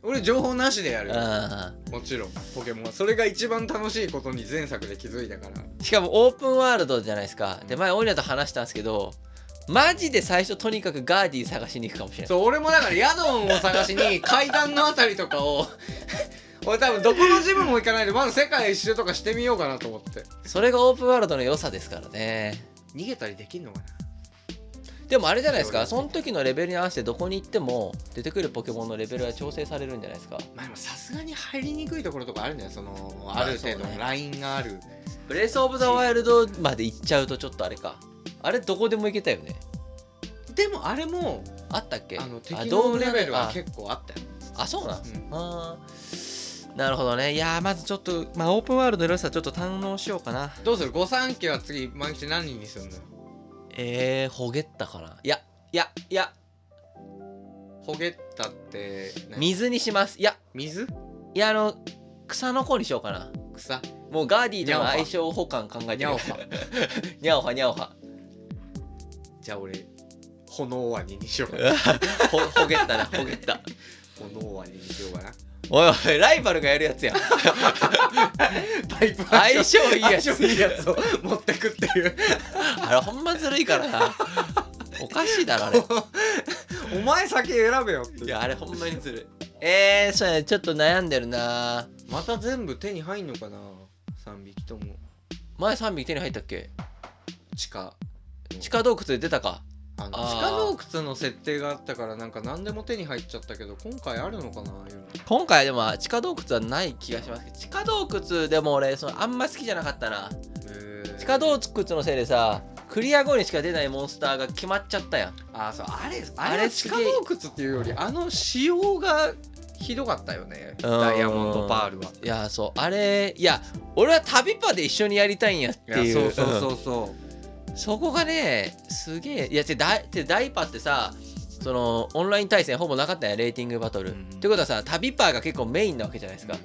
Speaker 1: 俺情報なしでや
Speaker 2: う
Speaker 1: るよ
Speaker 2: ん
Speaker 1: もちろんポケモンはそれが一番楽しいことに前作で気づいたから
Speaker 2: しかもオープンワールドじゃないですかで前オリナと話したんですけどマジで最初とにかくガーディ探しに行くかもしれない
Speaker 1: そう俺もだからヤドンを探しに階段のあたりとかを 俺多分どこのジムも行かないでまず世界一周とかしてみようかなと思って
Speaker 2: それがオープンワールドの良さですからね
Speaker 1: 逃げたりできんのかな
Speaker 2: でもあれじゃないです
Speaker 1: そう
Speaker 2: か
Speaker 1: ですね
Speaker 2: その時のレベルに合わせてどこに行っても出てくるポケモンのレベルは調整されるんじゃないですか
Speaker 1: まあでもさすがに入りにくいところとかあるんじゃないその
Speaker 2: あ
Speaker 1: ある程度
Speaker 2: そうね
Speaker 1: のラインがある
Speaker 2: ブレス・オブ・ザ・ワイルドまで行っちゃうとちょっとあれかあれどこでも行けたよね
Speaker 1: でもあれも
Speaker 2: あったっけ
Speaker 1: あの敵
Speaker 2: あドー
Speaker 1: の
Speaker 2: ム
Speaker 1: レベルは
Speaker 2: あ
Speaker 1: 結構あったよ
Speaker 2: あそうなん、
Speaker 1: うん
Speaker 2: あーなるほどねいやーまずちょっと、まあ、オープンワールドの良さちょっと堪能しようかな
Speaker 1: どうする御三家は次毎日何にするのよ
Speaker 2: えー、ほげったかないやいやいや
Speaker 1: ほげったって何
Speaker 2: 水にしますいや
Speaker 1: 水
Speaker 2: いやあの草の子にしようかな
Speaker 1: 草
Speaker 2: もうガーディーとの相性補完考えて
Speaker 1: に
Speaker 2: る
Speaker 1: ゃおか
Speaker 2: にゃおはにゃおは
Speaker 1: じゃあ俺炎ワニにしようかな
Speaker 2: ほ ほげったなほげった
Speaker 1: 炎ワニにしようかな
Speaker 2: おいおいライバルがやるやつやん
Speaker 1: パイプ
Speaker 2: 相性いいやつ
Speaker 1: 相性いいやつを持ってくっていう
Speaker 2: あれほんまずるいからなおかしいだろあれ
Speaker 1: お前先選べよって
Speaker 2: いやあれほんまにずるい えー、そうやねちょっと悩んでるな
Speaker 1: また全部手に入んのかな3匹とも
Speaker 2: 前3匹手に入ったっけ
Speaker 1: 地下
Speaker 2: 地下洞窟で出たか
Speaker 1: あの
Speaker 2: あー
Speaker 1: 地下洞窟の設定があったからなんか何でも手に入っちゃったけど今回あるのかなああいうの
Speaker 2: 今回でも地下洞窟はない気がしますけど地下洞窟でも俺そのあんま好きじゃなかったな地下洞窟のせいでさクリア後にしか出ないモンスターが決まっちゃったやん
Speaker 1: あーそうあれ
Speaker 2: あれ
Speaker 1: あれ
Speaker 2: す
Speaker 1: 地
Speaker 2: げ
Speaker 1: 下
Speaker 2: え
Speaker 1: 洞窟っていうよりあの仕様がひどかったよね
Speaker 2: うん
Speaker 1: ダイヤモンドパールはい
Speaker 2: やそうあれいや俺は旅パで一緒にやりたいんやっていう
Speaker 1: そうそう
Speaker 2: うん
Speaker 1: そうそう
Speaker 2: そこがねすげえいやてだてダイパってさそのオンライン対戦ほぼなかったんやレーティングバトル、
Speaker 1: うん
Speaker 2: ってことはさ旅パーが結構メインなわけじゃないですか、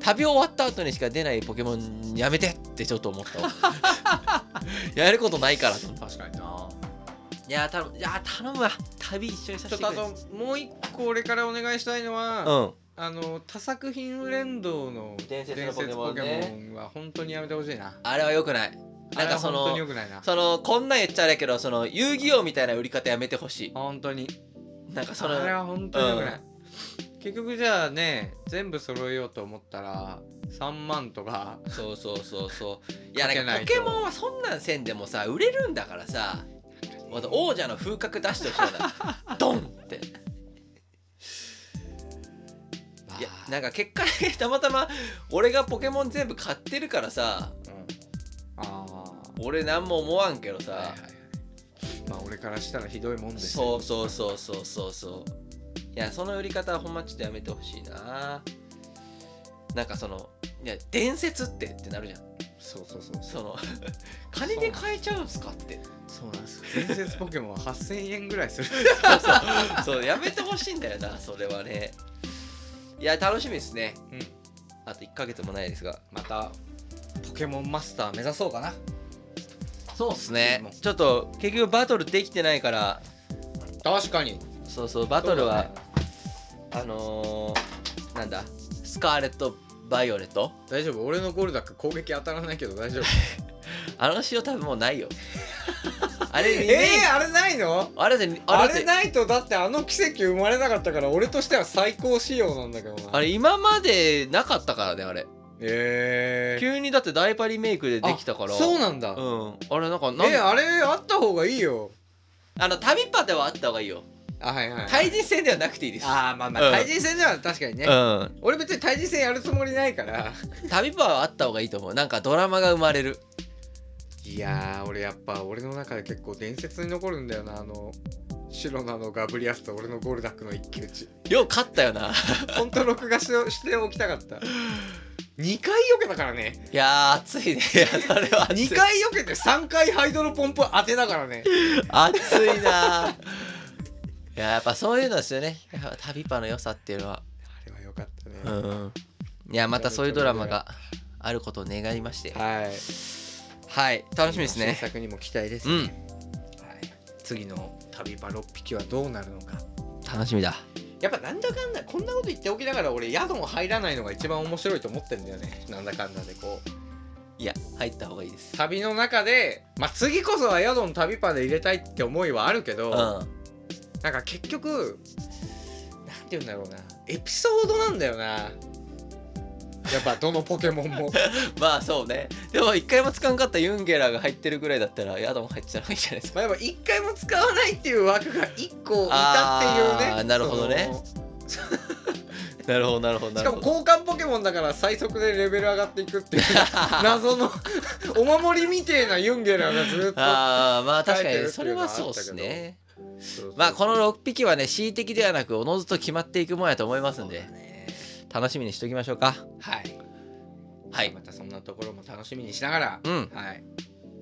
Speaker 2: 旅終わった後にしか出ないポケモンやめてってちょっと思ったわ やることないからと思って
Speaker 1: 確かにない
Speaker 2: や頼むいや頼むわ旅一緒にさ
Speaker 1: ちょ
Speaker 2: せ
Speaker 1: ってと
Speaker 2: く
Speaker 1: あ
Speaker 2: れ
Speaker 1: ともう一個俺からお願いしたいのは、
Speaker 2: うん
Speaker 1: あの多作品連動の
Speaker 2: 伝
Speaker 1: 伝
Speaker 2: 説
Speaker 1: 説
Speaker 2: の
Speaker 1: ポ
Speaker 2: ポ
Speaker 1: ケ
Speaker 2: ケモ
Speaker 1: モ
Speaker 2: ンね
Speaker 1: ンは本当にやめてほしいな。
Speaker 2: あれはよくない
Speaker 1: あ
Speaker 2: なん
Speaker 1: れ
Speaker 2: か
Speaker 1: は
Speaker 2: そ
Speaker 1: 本当
Speaker 2: の
Speaker 1: に良くないな。
Speaker 2: そのこんなん言っちゃあれやけどその遊戯王みたいな売り方やめてほし
Speaker 1: 本当に。
Speaker 2: いなんかそ
Speaker 1: それ
Speaker 2: の
Speaker 1: は本当に良くない。結局じゃあね全部揃えようと思ったら3万とか
Speaker 2: そうそうそうそういやな
Speaker 1: かけ
Speaker 2: んか
Speaker 1: な
Speaker 2: ポ
Speaker 1: いと
Speaker 2: ケモンはそんなんせんでもさ売れるんだからさまた王者の風格出してほしいよ なドンっていやなんか結果的にたまたま俺がポケモン全部買ってるからさ
Speaker 1: うんあー
Speaker 2: 俺なんも思わんけどさ、
Speaker 1: はいはいはいまあ俺からしたらひどいもんです
Speaker 2: そ
Speaker 1: よ
Speaker 2: うそうそうそうそうそういやその売り方はほんまちょっとやめてほしいななんかそのいや伝説ってってなるじゃん
Speaker 1: そうそうそうそう
Speaker 2: その 金で買えちゃうんすかって
Speaker 1: そうなんですよ伝説ポケモンは8000円ぐら いする
Speaker 2: そうそうそうやめてほしいんだよなそれはねいや楽しみですね
Speaker 1: うん
Speaker 2: あと1ヶ月もないですが
Speaker 1: またポケモンマスター目指そうかな
Speaker 2: そうっすねちょっと結局バトルできてないから
Speaker 1: 確かに
Speaker 2: そうそうバトルは、あのー、なんだスカーレット・バイオレット
Speaker 1: 大丈夫俺のゴルダック攻撃当たらないけど大丈夫
Speaker 2: あの塩多分もうないよあれリメイ
Speaker 1: えー、あれないの
Speaker 2: クあれで
Speaker 1: あ
Speaker 2: あ
Speaker 1: れ
Speaker 2: れで
Speaker 1: ないとだってあの奇跡生まれなかったから俺としては最高仕様なんだけどな
Speaker 2: あれ今までなかったからねあれ
Speaker 1: えー、
Speaker 2: 急にだってダイパリメイクでできたから
Speaker 1: そうなんだ、
Speaker 2: うんあれなんかなん
Speaker 1: えあれあった方がいいよ
Speaker 2: あの旅パではあった方がいいよ
Speaker 1: あはいはい、
Speaker 2: 対人戦ではなくていいです
Speaker 1: あーまあま
Speaker 2: う
Speaker 1: あ
Speaker 2: ん
Speaker 1: 対人戦では確かにね、
Speaker 2: う
Speaker 1: 俺別に対人戦やるつもりないから
Speaker 2: ん旅パはあった方がいいと思うなんかドラマが生まれる
Speaker 1: いやー俺やっぱ俺の中で結構伝説に残るんだよなあの白なのガブリアスと俺のゴルダックの一騎打ち
Speaker 2: よう勝ったよな
Speaker 1: 本当録画ししておきたかった2回避けたからね
Speaker 2: いやー熱いねいやそれは熱い
Speaker 1: 2回避けて3回ハイドロポンプ当てだからね
Speaker 2: 熱いなーいやーやっぱそういうのですよねやっぱ旅パの良さっていうのは
Speaker 1: あれは良かったね、
Speaker 2: うんいやまたそういうドラマがあることを願いまして
Speaker 1: はい
Speaker 2: はい楽しみです
Speaker 1: 新
Speaker 2: ね
Speaker 1: 作にも期待です、
Speaker 2: う
Speaker 1: はい、
Speaker 2: ん
Speaker 1: 次の旅場6匹はどうなるのか
Speaker 2: 楽しみだ
Speaker 1: やっぱなんだかんだこんなこと言っておきながら俺宿も入らないのが一番面白いと思ってんだよねなんだかんだでこう
Speaker 2: いや入った方がいいです
Speaker 1: 旅の中で、まあ、次こそは宿の旅パで入れたいって思いはあるけど、
Speaker 2: うんは
Speaker 1: なんか結局なんて言うんだろうなエピソードなんだよなやっぱどのポケモ ンも
Speaker 2: まあそうねでも一回もつかんかったユンゲラーが入ってるぐらいだったら宿も入ってたらいいじゃないですか
Speaker 1: まあやっぱ一回も使わないっていう枠が一個いたっていう
Speaker 2: あー
Speaker 1: ね
Speaker 2: なるほどね
Speaker 1: その
Speaker 2: なるほどなるほどな
Speaker 1: しかも交換ポケモンだから最速でレベル上がっていく っていう謎のお守りみてえなユンゲラーがずっと
Speaker 2: ああまあ確か
Speaker 1: 書いてるっていうのはあったけ
Speaker 2: にそれは
Speaker 1: ど
Speaker 2: そうですねまあこの6匹はね恣意的ではなくおのずと決まっていくもんやと思いますんで楽しみにしておきましょうか
Speaker 1: はい、
Speaker 2: はい
Speaker 1: またそんなところも楽しみにしながら、
Speaker 2: うん
Speaker 1: はい、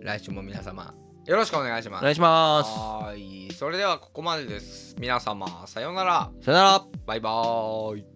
Speaker 1: 来週も皆様よろしくお願いしま
Speaker 2: お
Speaker 1: す。
Speaker 2: 願いします
Speaker 1: はーいそれではここまでです。皆様さようなら
Speaker 2: さよなら
Speaker 1: バイバーイ。